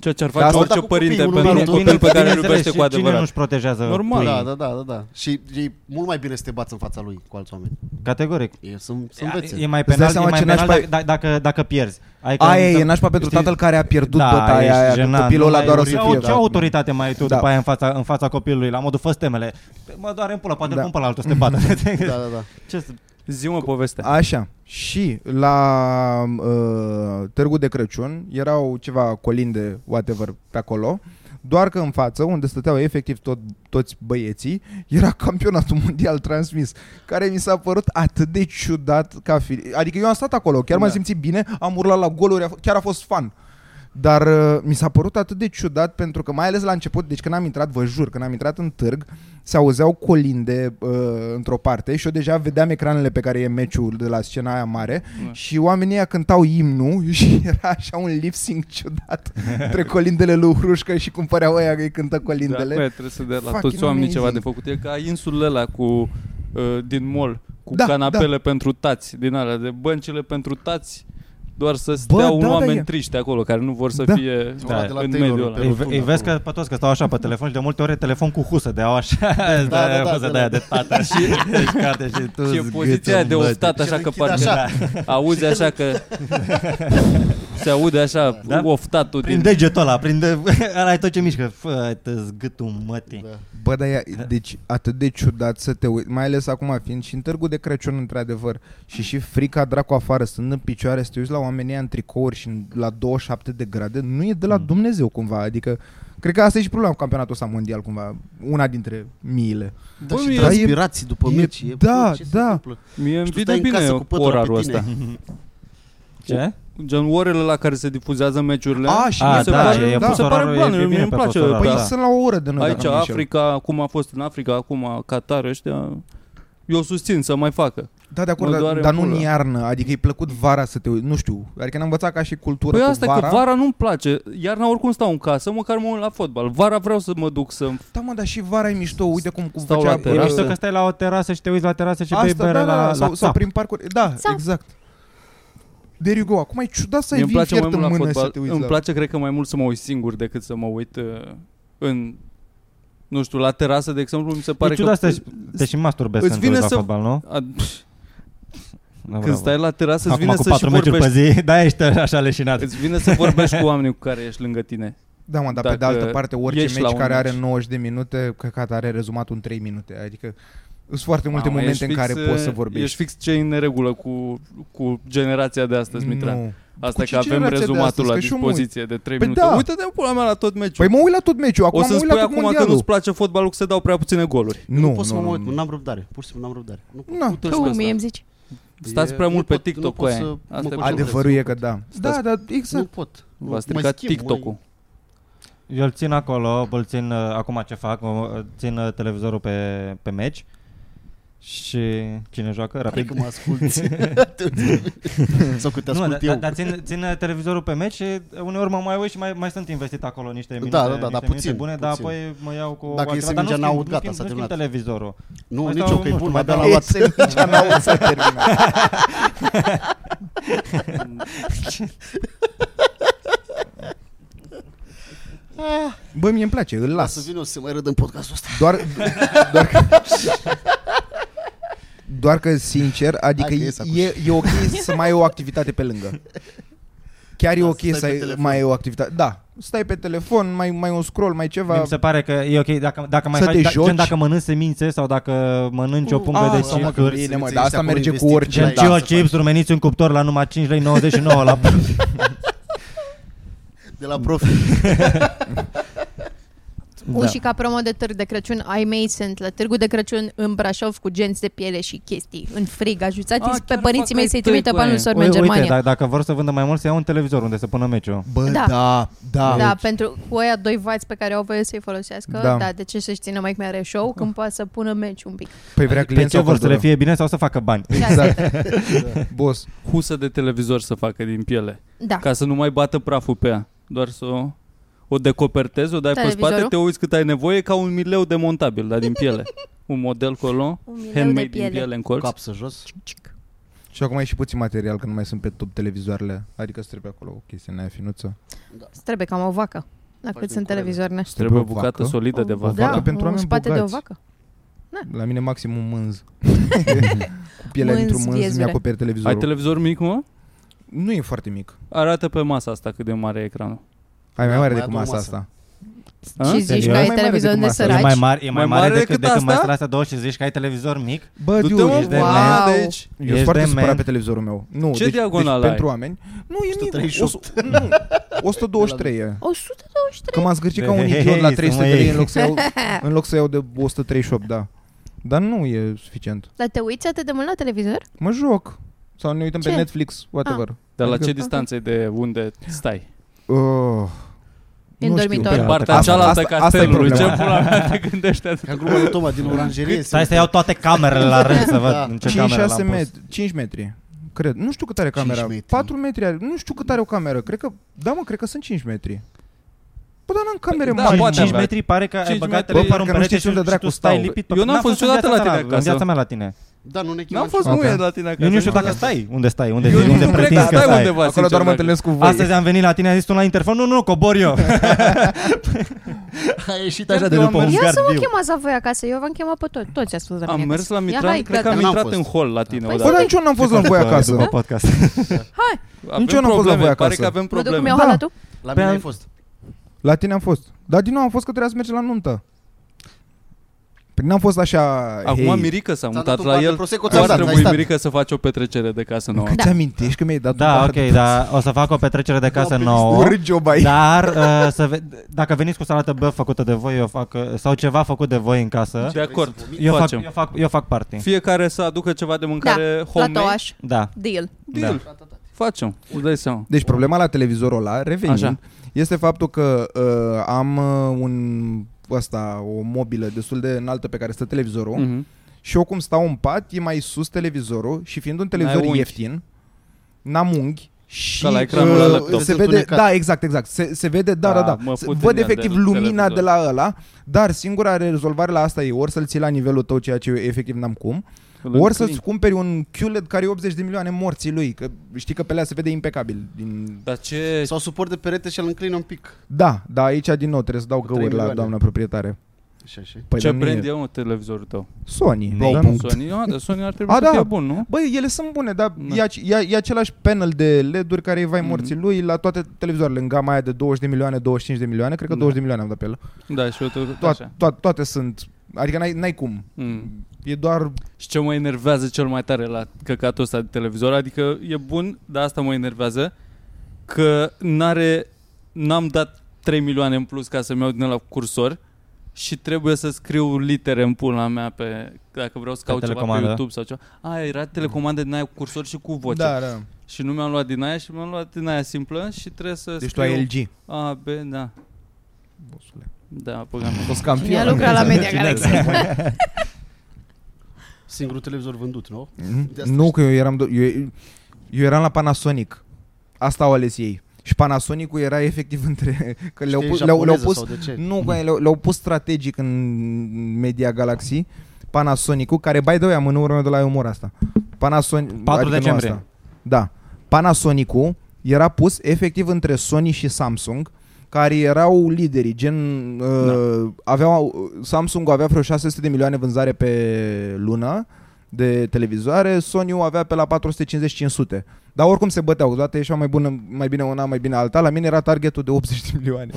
E: Ceea ce ar
D: Dar
E: face
D: asta
E: orice
B: cu copiii,
E: părinte
B: unul
E: pentru un
B: altul.
E: copil pe care îl
C: bineînțeles,
E: iubește
C: și
E: cu
C: Cine
E: adevărat.
C: nu-și protejează
E: Normal.
C: puii?
B: Da, da, da, da, da. Și e mult mai bine să te bați în fața lui cu alți oameni.
C: Categoric.
B: E, sunt, sunt
C: E
B: vețe.
C: mai
D: dai
C: penal, e
D: seama
C: mai
D: ce
C: penal
D: nașpa
C: dacă, dacă, dacă, dacă pierzi. Adică
D: Aia
C: să-
D: e nașpa pentru
C: știi-
D: tatăl care a pierdut
C: da,
D: tot aia,
C: ești
D: aia cu
C: jenant,
D: copilul
C: nu
D: ăla
C: mai-
D: doar o
C: ce,
D: să
C: au-
D: fie.
C: Ce autoritate mai ai tu
D: Da.
C: după aia în fața, în fața copilului, la modul fă temele. Mă doare în pula, poate
D: Da.
C: da. pun pe la altul să te bată.
B: Da, da, da.
C: ce să-
E: Zi-mă povestea.
D: Așa. Și la uh, Târgul de Crăciun erau ceva colinde, whatever, pe acolo, doar că în față, unde stăteau efectiv tot, toți băieții, era campionatul mondial transmis, care mi s-a părut atât de ciudat ca fi... Adică eu am stat acolo, chiar m-am
E: Da.
D: simțit bine, am urlat la goluri, a f- chiar a fost fan. Dar uh, mi s-a părut atât de ciudat pentru că mai ales la început, deci când am intrat, vă jur, când am intrat în târg, se auzeau colinde uh, într-o parte și eu deja vedeam ecranele pe care e meciul de la scena aia mare
E: Da.
D: și oamenii aia cântau imnul și era așa un lip sync ciudat între colindele lui Hrușcă și cum păreau aia că îi cântă colindele.
E: Da, bă, trebuie să dea la
D: Fucking
E: toți oamenii ceva de
D: amazing.
E: făcut. E ca insulele alea cu, uh, din mall, cu
D: Da,
E: canapele pentru tați, din alea, de băncile pentru tați, doar să
D: Bă,
E: stea un
D: da, da,
E: oameni
D: e.
E: triști acolo, care nu vor să
D: Da.
E: fie
C: Ăla
B: de la
E: în
B: Taylor,
E: mediul
B: pe
E: ăla.
C: Îi,
B: rotunda
C: îi vezi
B: acolo.
C: că pe toți că stau așa pe telefon și de multe ori e telefon cu husă de au așa,
B: da,
C: de
B: da,
C: husă
B: da,
C: de aia
B: da.
C: de tată și deci carte și tu
E: Și e
C: zgâtul,
E: poziția aia de
C: mă,
D: deci-
E: oftat, așa
B: Și
E: că
B: închide
E: parcă
B: așa.
E: auzi așa că se aude așa
C: Da?
E: oftatul
C: Prin
E: din...
C: degetul ăla, prin de... ăla e tot ce mișcă. Fă, tăți gâtul mătii.
B: Da.
D: Bă, dar e, deci atât de ciudat să te uiți, mai ales acum fiind și în târgul de Crăciun într-adevăr și și frica dracu afară, stând în picioare, să te uiți la oamenii ăia în tricouri și în- la 27 de grade, nu e de la
C: Mm.
D: Dumnezeu cumva, adică cred că asta e și problema cu campionatul ăsta mondial cumva, una dintre miile.
B: Da,
E: Bă,
B: și
E: mie-
B: transpirații după
D: e-
B: meci. e-
D: da,
B: bă, ce se
D: da.
B: întâmplă?
E: Mie îmi
B: Și tu
E: vine
B: stai în
E: bine
B: casă cu pătura
E: orarul
B: pe tine.
E: ăsta.
C: Ce?
E: Gen orele la care se difuzează meciurile.
D: A, și
E: mi
D: mie
E: se
D: da, e
E: pare, mi se
C: fosorarul,
E: pare
C: e
E: blană,
C: bine
E: mie îmi
C: pe
E: place.
C: fosorar,
E: Da,
D: Păi
C: da.
D: sunt la o oră de noi.
E: Aici Africa, cum a fost în Africa, acum Qatar ăștia, eu susțin să mai facă.
D: Da, de acord,
E: Mă
D: dar,
E: doare
D: dar
E: în
D: nu în
E: pula.
D: iarnă, adică e plăcut vara să te uiți, nu știu, adică ne-am învățat ca și cultură
E: Păi
D: cu
E: asta
D: vara.
E: că vara nu-mi place, iarna oricum stau în casă, măcar mă uit la fotbal. Vara vreau să mă duc să...
D: Da, mă, dar și vara e mișto, uite cum, cum
E: Stau
D: făcea...
E: la
D: bă,
C: E
E: terasă.
C: mișto că stai la o terasă și te uiți la terasă și bei
D: asta,
C: bere
D: da, da,
C: la,
D: sau,
C: la
D: sau
C: țap.
D: prin parcuri, da,
A: Sau-
D: exact. There you go. Acum e ciudat să ai
E: îmi
D: vin
E: place mai
D: fiert în
E: mult la
D: mână
E: fotbal.
D: și te uiți
E: Îmi
D: la...
E: place, cred că, mai mult să mă uit singur decât să mă uit uh, în... Nu știu, la terasă, de exemplu, mi se pare
C: E ciudat
E: că...
C: să te și masturbezi
E: Îți
C: când te
E: vine
C: uiți la
E: să-
C: fotbal, nu?
E: A, pf,
C: Da,
E: când
C: bravo.
E: stai la terasă, îți
C: Acum
E: vine
C: cu
E: să și
C: patru meciuri pe
E: vorbești.
C: zi, da, ești așa leșinat.
E: Îți vine să vorbești cu oamenii cu care ești lângă tine.
D: Da, mă, dar pe
E: Dacă
D: de altă parte, orice
E: ieși la
D: meci
E: un
D: care
E: meci.
D: are 90 de minute, căcat are rezumatul în 3 minute. Adică sunt foarte multe
E: Mamă,
D: momente
E: ești
D: în care
E: fix,
D: poți să
E: uh, Ești
D: vorbești.
E: fix ce e în neregulă cu, cu generația de astăzi, Mitran.
D: Nu.
E: Asta
D: Cu ce
E: că avem
D: generație de
E: rezumatul
D: astăzi?
E: la
D: Că și eu mă uit.
E: dispoziție de 3
D: Păi
E: minute.
D: da.
E: Uite-te, pula mea, la tot meciul.
D: Păi mă uit la tot meciul, acum
E: o
D: mă
E: să-mi
D: uit la
E: spui
D: tot
E: acum că
D: mondialul.
E: nu-ți place fotbalul, că se dau prea puține goluri.
B: Nu,
D: Nu,
B: pot să mă
D: nu,
B: uit,
D: nu.
B: n-am răbdare. Pur și simplu n-am răbdare. Nu pot.
D: Na.
E: Puteți
A: Tu
E: cu
A: mie
E: asta.
A: îmi zici.
E: Stați
B: E-
E: prea
B: nu
E: mult pe
B: pot- nu
E: TikTok
B: pot
E: cu aia.
B: să
E: Asta
B: mă
E: e
B: concentrez.
E: problema.
D: Adevărul e că da. Da,
E: Stați-
D: da,
B: Nu
D: exact.
B: pot.
E: V-a
B: Mă
E: stricat
B: schimb,
E: TikTok-ul.
C: Eu îl țin acolo, îl țin uh, acum ce fac, uh, țin uh, televizorul pe, pe meci și cine joacă
B: Cred
C: rapid.
B: că mă asculti. Sau că te
C: Nu,
B: ascult
C: dar da,
B: eu.
C: da, țin, țin uh, televizorul pe meci și uh, uneori mă mai uit și mai, mai sunt investit acolo niște minute,
B: da, da,
C: niște
B: dar
C: minute
B: puțin,
C: bune, dar
B: puțin.
C: apoi mă iau cu
B: Dacă
C: altceva,
B: iese
C: dar nu
B: mingea în
C: schimb-
B: aut,
C: nu
B: gata,
C: schimb-
B: s-a
C: nu schimb
B: terminat.
C: televizorul.
B: Nu,
C: Mai
B: nici
C: stau,
B: eu, că e
C: nu știu,
B: bun, mai
C: mai
B: bea la
C: dau-
B: luat.
D: Este nici a mea să terminat. Bă, mie îmi place, îl
B: Las să
D: las.
B: vin eu să mai râd în podcastul ăsta.
D: Doar, doar că, doar că sincer, adică
B: Hai că
D: e,
B: ies acum.
D: e, e ok să mai ai o activitate pe lângă. Chiar e ok
B: Da, stai
D: să
B: pe
D: ai,
B: telefon.
D: mai ai o activitate. Da, stai pe telefon, mai, mai un scroll,
B: Păi
D: mai ceva.
C: Mi se pare că e ok dacă, dacă mai
D: Să te
C: faci, da,
D: joci?
C: gen dacă mănânci semințe sau dacă mănânci o pungă
D: Ah,
C: de
D: sau mă, că
C: chipsuri.
D: bine, mă,
B: Să
D: dar asta
B: ieși
D: merge
B: acolo
D: cu
B: investiții,
D: orice.
C: Gen
B: da,
C: Gio
B: să
C: Chips, rumeniți un cuptor la numai 5 lei 99 la
B: De la profi.
C: Da.
A: Da. Și ca promo de târg de Crăciun, ai mei sunt la târgul de Crăciun în Brașov cu genți de piele și chestii în frig.
E: Ah,
A: Ajutați pe
E: chiar
A: părinții
E: fac
A: mei
E: ai
A: să-i
E: tăi
A: trimită
E: cu
A: banul
E: aia.
A: sorbe în Germania.
C: dacă, dacă vor să vândă mai mult, să iau un televizor unde să pună meciul.
D: Bă,
A: Da.
B: Ah,
D: da, da.
A: Da, pentru cu aia doi vați pe care au voie să-i folosească,
D: Da.
A: da, da de ce să-și țină mai mare show când poate să pună meci un pic.
D: Păi vrea
C: Pe
D: clienții
C: ce
D: o
C: vor să le
D: căldură.
C: fie bine sau să facă bani?
D: Exact. Boss.
E: Husă de televizor să facă din piele,
A: Da.
E: ca să nu mai bată praful pe ea. Doar să o, o decopertezi, o dai pe spate,
A: Televizorul?
E: te uiți cât ai nevoie, ca un mileu demontabil, dar din piele. Un model colo,
A: Un milion
E: handmade
A: de piele.
E: din piele în colț.
B: Cap să jos.
D: Și acum e și puțin material, că nu mai sunt pe top televizoarele. Adică îți trebuie acolo o chestie în aia finuță.
A: Îți Trebuie cam o vacă. Dacă sunt
B: Faci din curele.
A: televizoarele.
E: Trebuie
D: o
E: o bucată
D: vacă.
E: solidă de vacă.
A: Da,
D: vacă pentru
A: o
D: oameni
A: spate de o
D: bogați.
A: vacă.
D: La mine maxim un mânz. Cu pielea
A: Mânz,
D: dintr-un mânz
A: viezure.
D: mi-acoperi
E: Ai
D: televizorul.
E: televizor mic, mă?
D: nu e foarte mic.
E: Arată pe masa asta cât de mare e ecranul.
D: Ai mai
B: Da,
D: mare
B: mai
D: decât
B: adun
D: masa
B: masă.
D: asta.
E: A?
A: Și zici
C: Serios?
A: că
D: Mai
A: ai
D: mare
A: televizor
D: decât
A: de
D: masa.
C: E
A: săraci.
C: mai mare, e mai mare, decât, decât, decât
E: asta?
C: metrele astea două și zici că ai televizor mic?
D: Bă,
E: Du-te mă,
D: ești de
A: wow.
D: man.
E: wow. de aici.
D: Eu
C: Ești
D: sunt foarte
C: de
D: supărat
C: man.
D: pe televizorul meu. Nu,
E: Ce
D: deci,
E: diagonală
D: deci
E: ai?
D: pentru oameni. Nu, e mic.
B: 138.
D: 100, nu, 123 e.
A: 123.
D: Că m-am zgârcit ca
C: Hei,
D: un
C: hei,
D: idiot la
C: hei, să
D: 300 de
C: mă iei.
D: lei în loc să iau, în loc să iau de 138, da. Dar nu e suficient.
A: Dar te uiți atât de mult la televizor?
D: Mă joc. Sau ne uităm
A: Ce?
D: pe Netflix, whatever.
E: Dar la
D: Adică-
E: ce distanță e de unde stai?
D: Uh,
A: În dormitor.
E: Pe
A: Da,
E: partea
D: asta-
E: cealaltă
D: asta- asta e
E: castelului. Ce
D: problema.
E: pula mea te gândește atât?
B: Ca grupa lui Toma din oranjerie.
C: Stai să iau toate camerele la rând să văd
B: Da.
C: în ce cameră l-am
D: 5-6
C: pus.
D: metri, 5 metri. Cred. Nu știu cât are
B: Cinci
D: camera.
B: metri.
D: 4 metri are. Nu știu cât are o cameră. Cred că da, mă, cred că sunt 5 metri. Bă, dar n-am camere
E: Da,
D: mari.
E: poate
C: 5
E: avea.
C: metri pare că ai
E: Cinci
C: băgat
E: metri.
D: Bă,
C: televizorul
D: parcă
C: în
D: nu
C: perete
D: știu
C: și
D: ce
C: tu-
D: unde
C: și tu
D: dracu
C: stai
D: stau.
C: lipit pe
E: Eu n-am
C: n-a
E: fost
C: în
E: niciodată
C: viața
E: la
C: ta
E: tine
C: În
E: acasă.
C: viața mea la tine.
B: Da, nu ne
E: N-am
B: chemăm.
E: fost
D: Ok.
E: muie la tine acasă.
C: Eu nu știu dacă
D: Ok.
C: stai, unde stai, unde,
E: Eu
C: unde
E: nu cred
C: pretinzi
E: că
C: că
E: stai
C: stai.
E: undeva,
D: Acolo doar mă
E: sincer,
D: întâlnesc cu voi.
C: Astăzi am venit la tine, a zis tu la interfon, nu, nu, cobor eu.
B: A ieșit
C: Chiar
B: așa de
C: eu am
B: după un
C: mers.
A: Ia
B: gard
A: să vă
B: viu.
A: chemați la voi acasă, eu v-am chemat pe toți, toți ați fost la
E: dacă-
A: mine
E: Am
A: acasă.
E: mers la
A: Ia,
E: Mitran,
A: hai,
E: cred că
A: gata.
E: am
B: N-am
E: intrat
B: fost.
E: în hol la tine
A: Păi
E: odată.
D: Bă, dar nici eu n-am fost la voi
C: După
D: acasă.
C: podcast.
E: Avem
D: nici eu n-am fost la
E: probleme,
D: voi
E: Pare
D: acasă.
E: că avem
A: Mă duc cum
E: probleme.
A: iau
D: Da.
A: hala tu?
B: La mine
E: Pe-
B: ai fost.
D: La tine am fost. Dar din nou am fost că trebuia să mergem la nuntă. Păi n-am fost așa...
E: Acum
D: hei. Exact.
E: Mirica s-a
B: Ți-am
E: mutat
B: dat un
E: la
B: bar de
E: el.
B: Prosecco, ți-am
E: Doar
B: dat, ai
E: trebuie
B: stat.
E: Mirica să faci o petrecere de casă nouă.
D: Că
A: Da.
D: ți amintești că mi-ai dat
C: Da,
D: un bar
C: ok, dar o să fac o petrecere de casă nouă.
D: Urât job aici.
C: Dar uh, să ve- dacă veniți cu salată bă făcută de voi, eu fac uh, sau ceva făcut de voi în casă,
E: De acord,
C: eu fac,
E: facem.
C: eu fac eu fac parte.
E: Fiecare să aducă ceva de mâncare homemade.
A: Platoaș,
C: Da.
A: deal.
E: Deal. Facem, îți dai seama.
D: Deci problema la televizorul ăla, revenind,
E: Așa.
D: Așa. este faptul că uh, am uh, un asta, o mobilă destul de înaltă pe care stă televizorul mm.
E: Mhm.
D: Și eu cum stau în pat, e mai sus televizorul și fiind un
E: N-ai
D: televizor
E: unghi.
D: ieftin, n-am unghi și uh,
E: Ca la ecranul la
B: laptop.
D: se
B: Este
D: vede,
B: întunecat.
D: da, exact, exact, se, se vede, da, da,
E: Da,
D: da,
E: mă
D: Se-
E: fut în
D: văd
E: ea de
D: efectiv
E: la
D: lumina
E: televizor.
D: de la ăla, dar singura rezolvare la asta e ori să-l ții la nivelul tău, ceea ce eu efectiv n-am cum,
E: Îl
D: ori
E: înclin.
D: să-ți cumperi un QLED care e 80 de milioane morții lui, că știi că pe alea se vede impecabil. Din...
E: Dar ce...
B: Sau suport de perete și îl înclină un pic.
D: Da, dar aici din nou trebuie să dau
B: Cu trei
D: găuri la
B: milioane.
D: doamna proprietare.
B: Așa, așa.
D: Păi
E: ce
D: dar nu
E: brand
D: e-
E: e, mă, televizorul tău?
D: Sony.
E: Bro,
D: dar nu-
E: Sony, ah, dar Sony ar trebui
D: A,
E: să
D: da.
E: fie bun, nu?
D: Băi, ele sunt bune, dar
E: Da. Mhm.
D: e, ace- e, e același panel de LED-uri care e vai morții lui la toate televizoarele, în gama aia de 20 de milioane, 25 de milioane, cred că
E: Da.
D: 20 de milioane am dat pe el.
E: Da, și eu tot
D: Toate,
E: așa.
D: toate, toate sunt, adică n-ai, n-ai cum.
E: Mm.
D: E doar,
E: Și ce mă enervează cel mai tare la căcatul ăsta de televizor, adică e bun, dar asta mă enervează, că n-are, n-am dat 3 milioane în plus ca să-mi iau din la cursor și trebuie să scriu litere în pula mea pe, dacă vreau să
C: Pe
E: caut ceva pe
C: telecomandă, da?
E: YouTube sau ceva. A, era telecomandă din aia cu cursor și cu voce.
D: da, da.
E: Și nu mi-am luat din aia și mi-am luat din aia simplă și trebuie să
D: Deci tu
E: scriu...
D: ai LG.
E: A, B, da.
D: Bosule.
E: Da, băgam.
D: A fost
A: Cine a
D: campion.
A: lucrat la Media Galaxy?
B: Singurul televizor vândut, nu?
D: Mhm.
B: De asta
D: Nu,
B: știi.
D: că eu eram, do- eu, eu eram la Panasonic. Asta au ales ei. Și Panasonic-ul era efectiv între... Că le-au,
B: Știi,
D: pus, le-au, le-au
B: japoneză
D: pus
B: sau de ce?
D: Nu, bă, le-au, le-au pus strategic în Media Galaxy Panasonic-ul, care, by the way, am în urmă de la umor asta. Panasonic,
C: 4
D: nu
C: decembrie.
D: Asta. Da. Panasonic-ul era pus efectiv între Sony și Samsung, care erau liderii, gen uh, aveau Samsung avea vreo 600 de milioane vânzare pe lună de televizoare, Sony avea pe la 450-500. Dar oricum se băteau, toate ieșeau mai, bună, mai bine una, mai bine alta. La mine era targetul de 80 de milioane.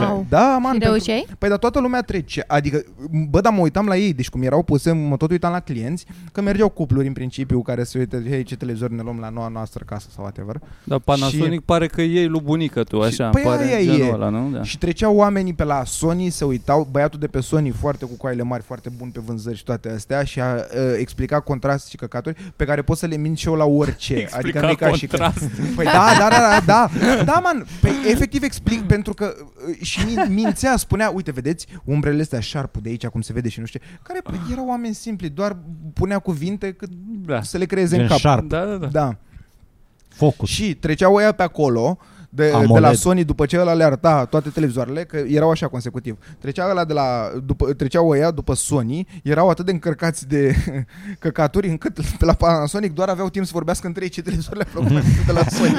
A: Wow.
D: Da, man,
A: Și
D: pentru-
A: reușeai?
D: Păi dar toată lumea trece, adică, bă, dar mă uitam la ei, deci cum erau puse, mă tot uitam la clienți, că mergeau cupluri în principiu care se uită, hei, ce televizor ne luăm la noua noastră casă sau whatever.
E: Dar da, Panasonic
D: Și-
E: pare că ei lui bunică tu, așa,
D: păi
E: pare
D: aia
E: genul
D: e.
E: ăla, nu? Da.
D: Da. Și treceau oamenii pe la Sony, se uitau, băiatul de pe Sony foarte cu coaile mari, foarte bun pe vânzări și toate astea și a uh, explicat contraste și căcaturi pe care pot să le mint și eu la orice. adică nu e ca și că... Păi da, da, da, da, da, da, man, păi, efectiv explic pentru că uh, și min- mințea, spunea, uite, vedeți, umbrele astea, șarpul de aici, cum se vede și nu știu, ce, care păi, erau oameni simpli, doar punea cuvinte cât
E: Da.
D: să le creeze
C: Gen
D: în cap.
C: Sharp,
E: Da, da, da.
D: Da.
C: Focus.
D: Și treceau ăia pe acolo, de, de
C: AMOLED.
D: la Sony, după ce ăla le arăta toate televizoarele, că erau așa consecutiv. Trecea ăla de la, după, treceau ăia după Sony, erau atât de încărcați de căcaturi, încât pe la Panasonic doar aveau timp să vorbească între ei ce televizoarele aveau de la Sony.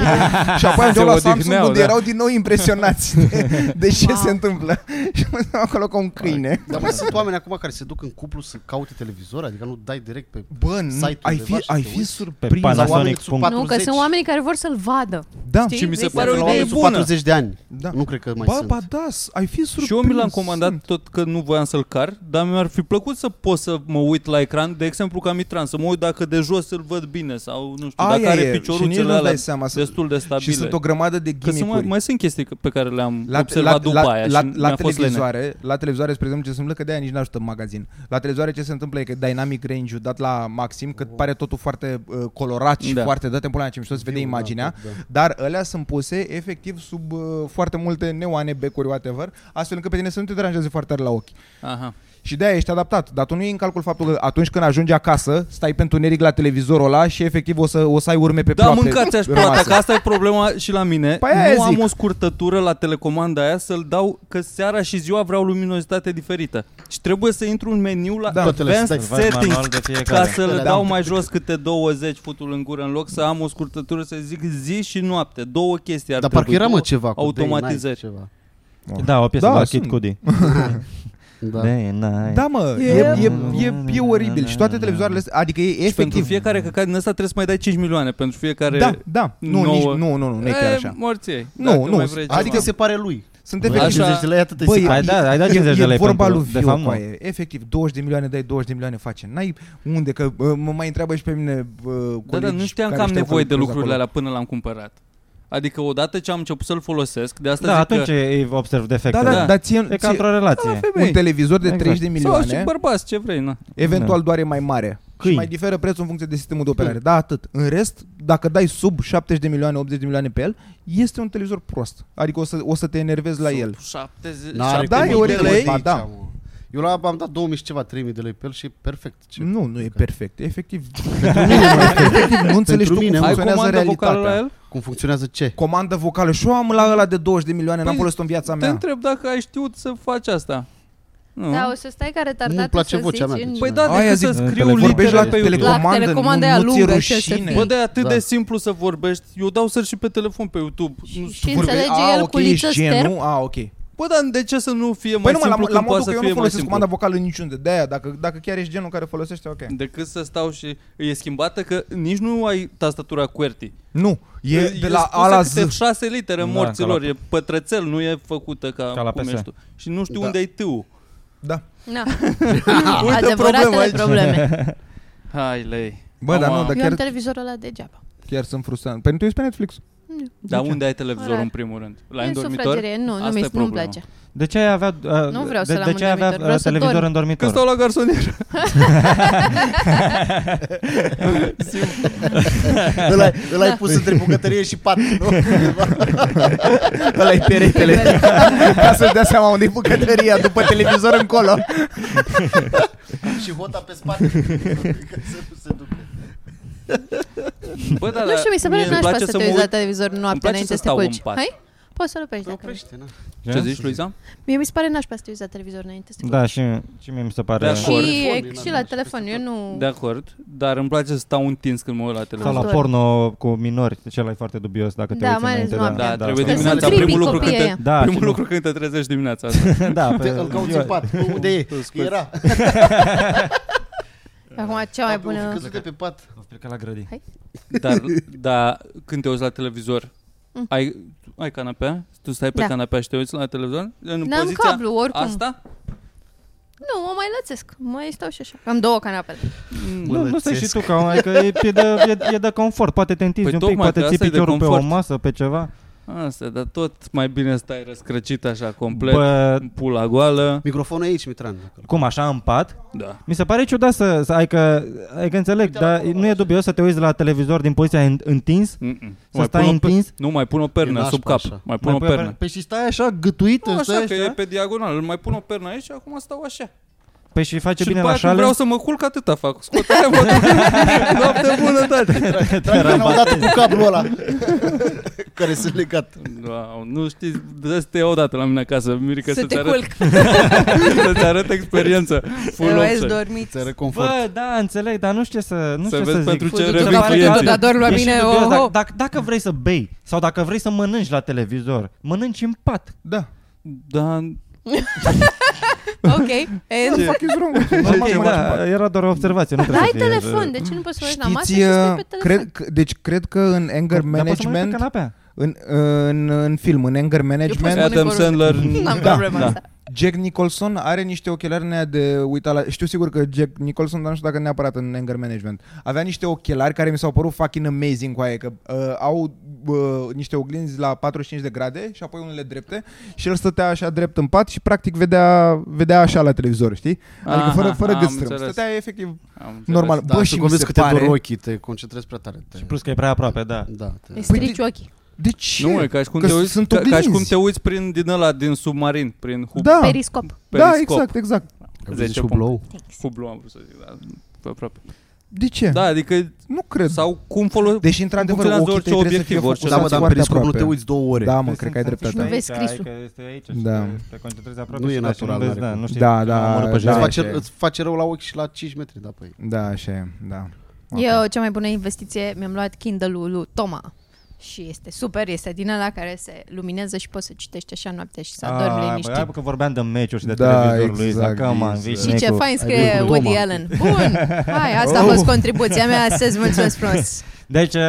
D: și apoi ajungeau la
E: Se
D: Samsung,
E: odihneau,
D: unde
E: da.
D: erau din nou impresionați de, de ce
A: Wow.
D: se întâmplă. Și mă stau acolo ca un câine.
B: Dar mai sunt oameni acum care se duc în cuplu să caute televizor, adică nu dai direct pe...
D: Bă, nu-
B: Site-ul
D: ai
B: undeva
D: fi,
B: și te
D: ai fi
B: uiți?
D: surprins.
C: Pe Panasonic.
B: oameni sub
C: punct.
B: 40.
A: Nu, că sunt oamenii care vor să-l vadă.
D: Da,
A: Știi?
E: Și mi se
A: Vrei să
E: pare o
B: La
A: vezi?
E: idee
B: oameni sub 40 de ani.
D: da.
B: exact. Nu cred că mai
D: Bă,
B: sunt.
D: ba, da, ai fi surprins.
E: Și eu mi l-am comandat tot că nu voiam să-l car, dar mi-ar fi plăcut să pot să mă uit la ecran, de exemplu ca Mitran, să mă uit dacă de jos îl văd bine sau nu știu,
D: Aia
E: dacă are
D: e, și nici
E: picioruțele
D: nu-ți
E: alea
D: dai seama să-
E: destul de stabile.
D: Și sunt o grămadă de
E: Că sunt, mai,
D: gimmick-uri.
E: mai sunt chestii pe care le-am la, observat la, după
D: la,
E: aia
D: la,
E: și
D: la
E: mi-a fost lene.
D: televizoare, la televizoare, spre exemplu, ce se întâmplă, că de-aia nici n-ajută în magazin. La televizoare ce se întâmplă e că dynamic range-ul dat la maxim, cât pare totul foarte uh, colorat și
E: Da.
D: foarte dat în până la ce mișto, se vede
B: Viu, da,
D: imaginea,
B: da, da.
D: dar alea sunt puse efectiv sub uh, foarte multe neoane, becuri, whatever, astfel încât pe tine să nu te deranjeze foarte tare la ochi.
E: Aha.
D: Și de-aia ești adaptat, dar tu nu iei în calcul faptul că atunci când ajungi acasă, stai pe întuneric la televizorul ăla și efectiv o să, o să ai urme pe
E: Da,
D: ploape
E: mâncați aș
D: rămase.
E: plata, că asta e problema și la mine.
D: Păi aia
E: nu am
D: zic.
E: o scurtătură la telecomanda aia să-l dau, că seara și ziua vreau luminozitate diferită. Și trebuie să intru în meniu la
D: Da,
B: toate le
E: advanced
C: Să faci
E: settings
C: manual de
E: ca
C: fiecare.
E: să le
B: Da.
E: dau mai jos câte 20 futul în gură în loc să am o scurtătură să zic zi și noapte. Două chestii ar
B: Dar parcă
E: trebui.
B: era, mă,
E: două
B: ceva cu
E: automatizări.
B: Day and Night,
C: Da, o piesă
D: Da,
C: de la
D: sunt.
C: Kid Cudi.
B: ceva. Da.
C: Day and night.
D: Da, mă,
A: Yeah.
D: e, e, e, e oribil și toate televizoarele astea, adică e
E: Și pentru
D: efectiv.
E: fiecare căcat din ăsta trebuie să mai dai 5 milioane pentru fiecare
D: Da, da, nu,
E: nouă-
D: nici, nu, nu, nu, nu e chiar
E: E,
D: așa.
E: morții.
D: Nu,
E: Dacă
D: nu,
E: mai vrei ceva.
B: Adică se pare lui.
D: Sunt
B: Băi,
D: efectiv.
E: Așa-
B: 50 de lei atât
D: Băi,
B: îi se pare.
C: Ai dat- da, ai dat 50 de
D: e
C: lei
D: vorba
C: pentru-
D: lui
C: de
D: Viu,
C: fapt nu.
D: coaie. Efectiv, 20 de milioane dai, 20 de milioane face. N-ai unde, că uh, mă mai întreabă și pe mine uh,
E: Da,
D: colegi
E: dar nu știam
D: care
E: că am
D: știu
E: nevoie de
D: lucrez acolo.
E: lucrurile alea până l-am cumpărat. Adică odată ce am început să-l folosesc, de asta
C: Da,
E: zic
C: atunci
E: că...
C: e- observ defectele.
D: Da, da,
E: Da.
D: dar ție, Da,
C: E ca
D: ție
C: într-o relație.
D: un televizor de
C: Exact.
D: 30 de
E: Sau și
D: milioane,
E: bărbați, ce vrei, na. Da.
D: eventual doar e mai mare. Și
C: Câini.
D: mai diferă prețul în funcție de sistemul de operare. Da, atât. În rest, dacă dai sub 70 de milioane, 80 de milioane pe el, este un televizor prost. Adică o să, o să te enervezi la el.
E: 70,
B: N-are
D: da,
B: cum
D: e
B: să
D: oribil,
B: dea
D: ba,
B: aici,
D: da.
B: mă. Eu la, am dat 2000 și ceva, 3000 de lei pe el și e perfect. Ce?
D: Nu, nu e perfect. E Efectiv, pentru mine, nu e perfect. efectiv nu înțelegi tu cum
B: mine, mă.
E: Ai
D: funcționează
E: comandă vocală la
D: realitatea.
E: el?
B: Cum funcționează ce?
D: Comandă vocală. Și eu am la ăla de 20 de milioane, n-am
E: Păi,
D: folosit în viața
E: Te
D: mea.
E: întreb dacă ai știut să faci asta. Nu.
A: Da, o să stai ca retardatul
B: Nu-mi place
A: să
B: vocea
A: zici
B: mea,
A: în-
B: deci.
E: Păi da,
D: Aia
E: decât
D: zic,
E: să scriu
C: telefon.
D: Vorbești
E: litere
D: la
E: pe YouTube.
A: La
D: telecomandă,
A: telecomandă
D: nu,
A: aia
D: nu ți-e
A: lungă, ce să
D: rușine.
A: fie.
E: Bă, de atât
B: Da.
E: de simplu să vorbești. Eu dau search și pe telefon pe YouTube. Nu
A: Și
E: vorbe-
A: înțelege
D: A,
A: el
D: ok,
A: cu liță
D: ești
A: sterp.
D: nu? A, ok.
E: Bă, dar de ce să nu fie
D: Păi
E: mai
D: nu, mă, la,
E: simplu
D: la
E: când poate
D: modul că
E: să
D: eu
E: fie
D: nu
E: mai
D: folosesc comanda
E: simplu?
D: vocală niciunde. De-aia, dacă, dacă chiar ești genul care folosește, ok.
E: Decât să stau și îi schimbată că nici nu ai tastatura QWERTY.
D: Nu, e de la
E: spusă
D: A la
E: câte
D: Z.
E: șase litere
C: Da,
E: morților,
C: ca
E: e pătrățel, nu e făcută ca,
C: Ca la
E: cum
C: PS.
E: ești tu. Și nu știu
B: Da.
E: unde ai tu.
D: Da.
A: Na.
E: Uite
A: Adevăratele
E: problema aici.
A: probleme.
E: Hai lei.
D: Bă, dar nu, dar
A: Eu am
D: chiar,
A: televizorul ăla degeaba.
D: chiar sunt frustrant. Păi nu te uiți pe Netflix.
E: Dar unde ai televizorul
A: Rar.
E: în primul rând? La
A: În
E: în dormitor?
A: sufragerie, nu, nu
E: Asta
A: mi
E: e
A: nu-mi
E: problema.
A: place.
C: De ce ai avea, uh,
A: Nu vreau
C: de,
A: să-l
C: de
A: am
C: ce
A: în
C: ai avea
A: dormitor, vreau
C: uh,
A: să
C: televizor
A: dorm.
C: în dormitor?
E: Când stau la garsonieră.
B: Îl ai, îl ai pus între bucătărie și pat, nu?
D: Ăla-i peretele. Ca să-și dea seama unde e bucătăria, după televizor încolo.
B: și hota pe spate. Că se, se duce.
E: Bă, dar
A: Nu știu, mi se pare
E: mie îmi
A: nașpa
E: place
A: să te
E: mă
A: uiți la
E: uit-
A: televizor
E: place
A: noaptea înainte
E: să
A: să te
E: stau în
A: culci.
E: pat.
A: Hai? Poți să-l oprești
B: Te
A: dacă vrei.
B: oprește, na.
E: Ce zici, Luiza?
A: Mie mi se pare nașpa să te uiți la televizor înainte să te culci.
C: Da, și, și mie mi se pare...
E: Da,
A: Și,
E: Telefon,
B: din
A: și
B: alea,
A: la
B: și
A: telefon,
B: peste
A: eu nu...
E: De acord, dar îmi place să stau întins când mă uit la
C: Sau
E: televizor.
C: la
A: Doar.
C: porno cu minori, cel e foarte dubios dacă te
A: Da,
C: uiți
A: mai ales
C: înainte.
A: noaptea.
E: Da, trebuie
A: Că
E: dimineața,
A: sunt creepy
E: primul lucru când
A: copiii
E: te,
A: aia.
C: Da,
E: primul
C: și-
E: lucru când te trezești dimineața asta.
C: Da,
B: Te,
C: pe,
B: îl cauți
C: eu-
B: în pat. Bă, Unde e? Era.
A: Acum cea mai bună...
B: Cât de pe pat.
C: Am plecat la grădini.
E: Dar, dar când te uiți la televizor, ai, ai canapea? Tu stai pe
A: Mm. Da.
E: canapea și te uiți la televizor? În
A: N-am
E: poziția
A: cablu, oricum.
E: asta?
A: Nu, mă mai lățesc. Mai stau și așa. Am două canapele.
E: Da.
C: Nu, nu stai și
B: Bălățesc.
C: tu, că, adică e, e, de, e, e de confort, poate te întinzi
E: Păi
C: un pic,
E: tocmai
C: poate
E: că
C: ții
E: asta e de
C: piciorul pe o
E: confort.
C: masă, pe ceva.
E: Asta, dar tot mai bine stai răscrăcit așa complet, Bă.
C: Bă,
E: pula goală.
B: Microfonul e aici, Mitran.
C: cum, așa în pat?
E: Da.
C: Mi se pare ciudat să, să ai că, ai că înțeleg,
B: Uite la
C: dar
B: acolo,
C: nu e
B: așa.
C: dubios să te uiți la televizor din poziția în- întins?
E: Mm-mm.
C: Să
E: Mai
C: stai
E: pun o
C: întins?
E: nu, mai pun o
B: E
E: pernă sub cap.
B: nașpa așa.
E: Mai pun
C: Mai
E: o
C: pui o
E: pernă.
B: Păi și stai așa gătuită,
E: Nu,
B: stai
E: așa că
B: așa.
E: e pe diagonal. Îl mai pun o pernă aici și acum stau așa.
C: Păi și face
E: și
C: bine
E: după
C: la
E: aia când
C: șale?
E: vreau să mă culc, atâta fac. Scot aia, mă duc. Noapte bună, tati.
B: Trag mâna odată cu cablul ăla care sunt legat.
E: Wow, nu știi, dă te odată la mine acasă, Mirica,
A: Să
E: să-ți
A: te
E: arăt,
A: culc.
E: să-ți arăt experiență. Full
A: Să
E: option.
A: dormit.
B: Ți-ară confort.
C: Bă, da, înțeleg, dar nu știu ce să, nu
E: Să
C: știu
E: vezi
C: să
E: pentru
C: zic.
E: ce
A: Cu
E: revin
A: tuturor
E: clienții.
A: dar doar la
C: E și
A: mine,
C: dubios,
A: oh,
C: dacă,
A: oh.
C: dacă, dacă vrei să bei sau dacă vrei să mănânci la televizor, mănânci în pat.
D: Da.
E: Da,
A: Ok. And-
D: Fuck is wrong with you? Normal
C: Ok,
D: să mănânci în pat.
C: da, era doar o observație, nu
A: Dar
C: trebuie
A: ai
C: să fie- uh,
A: telefon, de ce nu poți să mergi la masă și
D: Știți,
A: să stai pe
D: uh,
A: telefon?
D: cred, că- deci cred că în anger
C: Dar poți să mănânci pe
D: management,
C: canapea.
D: în, în, în film, în anger management,
A: spun-
E: Adam
A: Unicorul.
E: Sandler.
A: N-am
D: Da,
A: problema
E: da.
A: asta.
D: Jack Nicholson are niște ochelari în aia de uitat la... Știu sigur că Jack Nicholson, dar nu știu dacă neapărat în anger management. Avea niște ochelari care mi s-au părut fucking amazing cu aia, că uh, au uh, niște oglinzi la 45 de grade și apoi unele drepte și el stătea așa drept în pat și practic vedea, vedea așa la televizor, știi? Adică
E: Aha,
D: fără, fără
E: am
D: gât strâmb.
E: înțeles.
D: Stătea efectiv
E: Am înțeles.
D: normal.
B: Da,
D: Bă,
B: sunt
D: și mi
B: convins
D: se
B: că te
D: pare...
B: dor ochii, te concentrezi prea tare. Te...
C: Plus că e prea aproape, da.
B: Da, te...
A: Îi strici ochii.
D: De ce?
E: Nu, e ca și cum,
D: Că
E: te uiți,
D: sunt
E: ca, ca și cum
D: oglinzi.
E: te uiți prin din ăla, din submarin, prin hub,
D: Da,
A: Periscop.
D: da,
E: periscop.
D: exact, exact.
B: Că
E: 10
B: vezi și
E: puncte.
B: blou.
E: Hublou am vrut să zic, da, pe aproape.
D: De ce?
E: Da, adică,
D: Nu cred.
E: sau cum folosești,
D: Deși, într-adevăr,
E: funcționează
D: ochii tăi
E: orice
D: trebuie să fie
E: obiectiv, orice-
B: Da, mă, dar
D: focusați
B: în
D: foarte
B: periscop nu
D: aproape.
B: te uiți două ore.
D: Da, mă, cred că ai
C: Și nu
A: aici,
D: dreptate.
A: vezi
C: ai,
A: scrisul.
C: că este Păi aici și
D: Da.
C: te- te concentrezi aproape
B: Nu
C: și
B: e
C: dacă
B: natural,
C: vezi,
B: n-are
C: da,
B: cum.
C: nu știi,
D: Da,
C: te
D: da,
C: omoră pe
D: da,
B: Îți
C: jumătate.
B: face,
D: așa e.
B: îți face rău la ochi și la 5 metri, da, păi.
D: Da, așa e, da.
A: Eu cea mai bună investiție mi-am luat Kindle-ul lui Toma. Și este super, este din ăla care se luminează și poți să citești așa noaptea și să
C: Ah,
A: adormi
C: bă,
A: liniștit.
C: hai că vorbeam de meciuri și de
D: Da,
C: televizor, Luis,
D: exact,
C: dacă am
D: exact.
A: Și ce fain
B: Ai
A: scrie
B: văzut
A: Woody
B: Toma.
A: Allen. Bun! Hai, asta
D: Oh.
A: a fost contribuția mea astăzi. Mulțumesc frumos!
C: Deci, uh,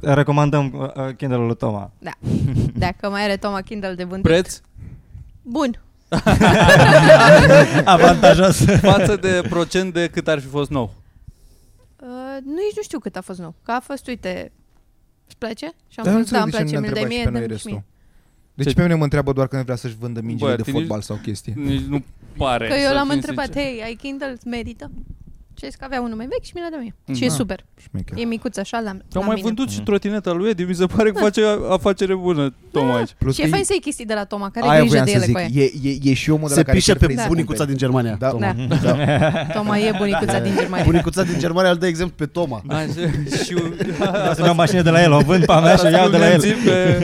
C: recomandăm uh, uh, Kindle-ul lui Toma.
A: Da. Dacă mai are Toma Kindle de vândut.
E: preț
A: Bun.
C: Avantajos.
E: față de procent de cât ar fi fost nou.
A: Uh, nu, nici nu știu cât a fost nou. Că a fost, uite, îți place? Și am
D: Dar nu
A: zis, da,
D: înțeleg
A: îmi
D: de ce nu
A: place,
D: ne
A: mi-l dai
D: întrebai și
A: mie,
D: pe noi
A: dă-mi și
D: restul.
A: mie.
D: Deci
E: Ce-
D: pe mine mă întreabă doar când vrea să-și vândă mingile
E: Bă,
D: de
E: tine-
D: fotbal sau chestii.
E: Nici nu pare.
A: Că eu
E: să
A: l-am
E: fim
A: întrebat,
E: sinceri.
A: hei, ai Kindle? Merită? Și a zis că avea un nume vechi și mi-l dă mie. Și e
D: Da.
A: super.
D: Șmecher.
A: E micuț așa la, la
E: Au mai
A: mine. Da.
E: vândut și
D: Mhm.
E: trotineta lui Edi, mi se pare că face afacere bună, Toma aici.
D: Ah, Plus
A: Și
D: că
A: e
D: e-
A: fain să iei chestii de la Toma, care
D: Aia
A: are grijă
D: voiam
A: de
D: să
A: ele
D: zic,
A: cu aia.
D: e, e, e și omul de la
B: Se
D: care
B: pișe
D: cer
B: pe
D: fraize
B: bunicuța
D: cumperi.
B: din Germania.
D: Da.
B: Toma.
A: Da. Toma e bunicuța din Germania.
B: Bunicuța din Germania îl dă exemplu pe Toma.
D: Da.
A: Da,
E: Așa, și Da,
C: Să iau mașină de la el, o vând pe a mea și o iau de la el.
E: pe,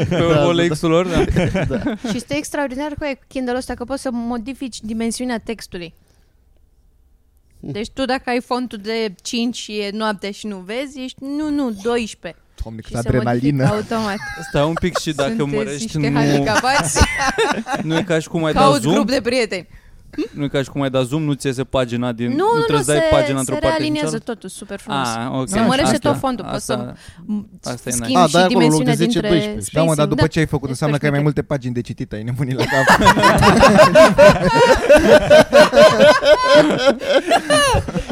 E: pe
B: da, da.
E: OLX-ul lor, da.
A: Și este extraordinar cu Kindle-ul ăsta că poți să modifici dimensiunea textului.
D: Hm.
A: Deci tu dacă ai fontul de 5 și e noapte și nu vezi, ești nu, nu, 12.
D: Doamne,
A: Și
D: cât
A: se modifică
D: adrenalină.
A: automat.
E: Stai un pic și dacă
A: Sunteți
E: mărești,
A: niște
E: nu,
A: handicapați,
E: nu e ca și cum ai dat
A: cauți
E: zoom,
A: grup de prieteni.
E: nu e ca și cum ai dat zoom, nu ți iese pagina din,
A: Nu, nu, nu,
E: trebuie să
A: se,
E: dai
A: se
E: pagina într-o parte din
A: realiniază
E: cealaltă.
A: totul super frumos.
E: Ah, ok.
A: Se mărește
E: Asta-
A: tot fondul, poți
E: asta-
A: să
E: asta
A: asta
E: e
A: schimbi
E: nice.
B: Ah,
A: și
B: dai acolo în loc de
A: dimensiunea
B: 10,
A: dintre
B: 12.
D: Da, mă, dar
A: spacing, Deci,
D: după ce ai făcut
A: E
D: înseamnă că ai mai
A: perfect.
D: multe pagini de citit, ai nebunit la cap.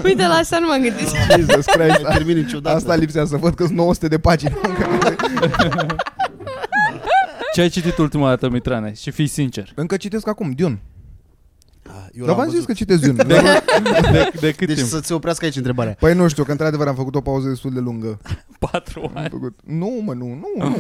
A: Uite, Păi, la asta nu m-am gândit.
D: Jesus Christ.
B: Nu termin niciodată.
D: Asta lipsea să văd că sunt 900 de pagini.
E: Ce ai citit ultima dată, Mitrane? Și fii sincer.
D: Încă citesc acum, Dune.
B: Ah, Eu
D: Dar
B: l-am
D: v-am zis
B: văzut.
D: că citesc Dune.
E: De, de, de cât
B: Deci
E: timp?
B: să-ți oprească aici întrebarea.
D: Păi nu știu, că într-adevăr am făcut o pauză destul de lungă.
E: Patru
D: Am
E: ani.
D: făcut... Nu, mă, nu, nu,
E: Ah.
D: nu.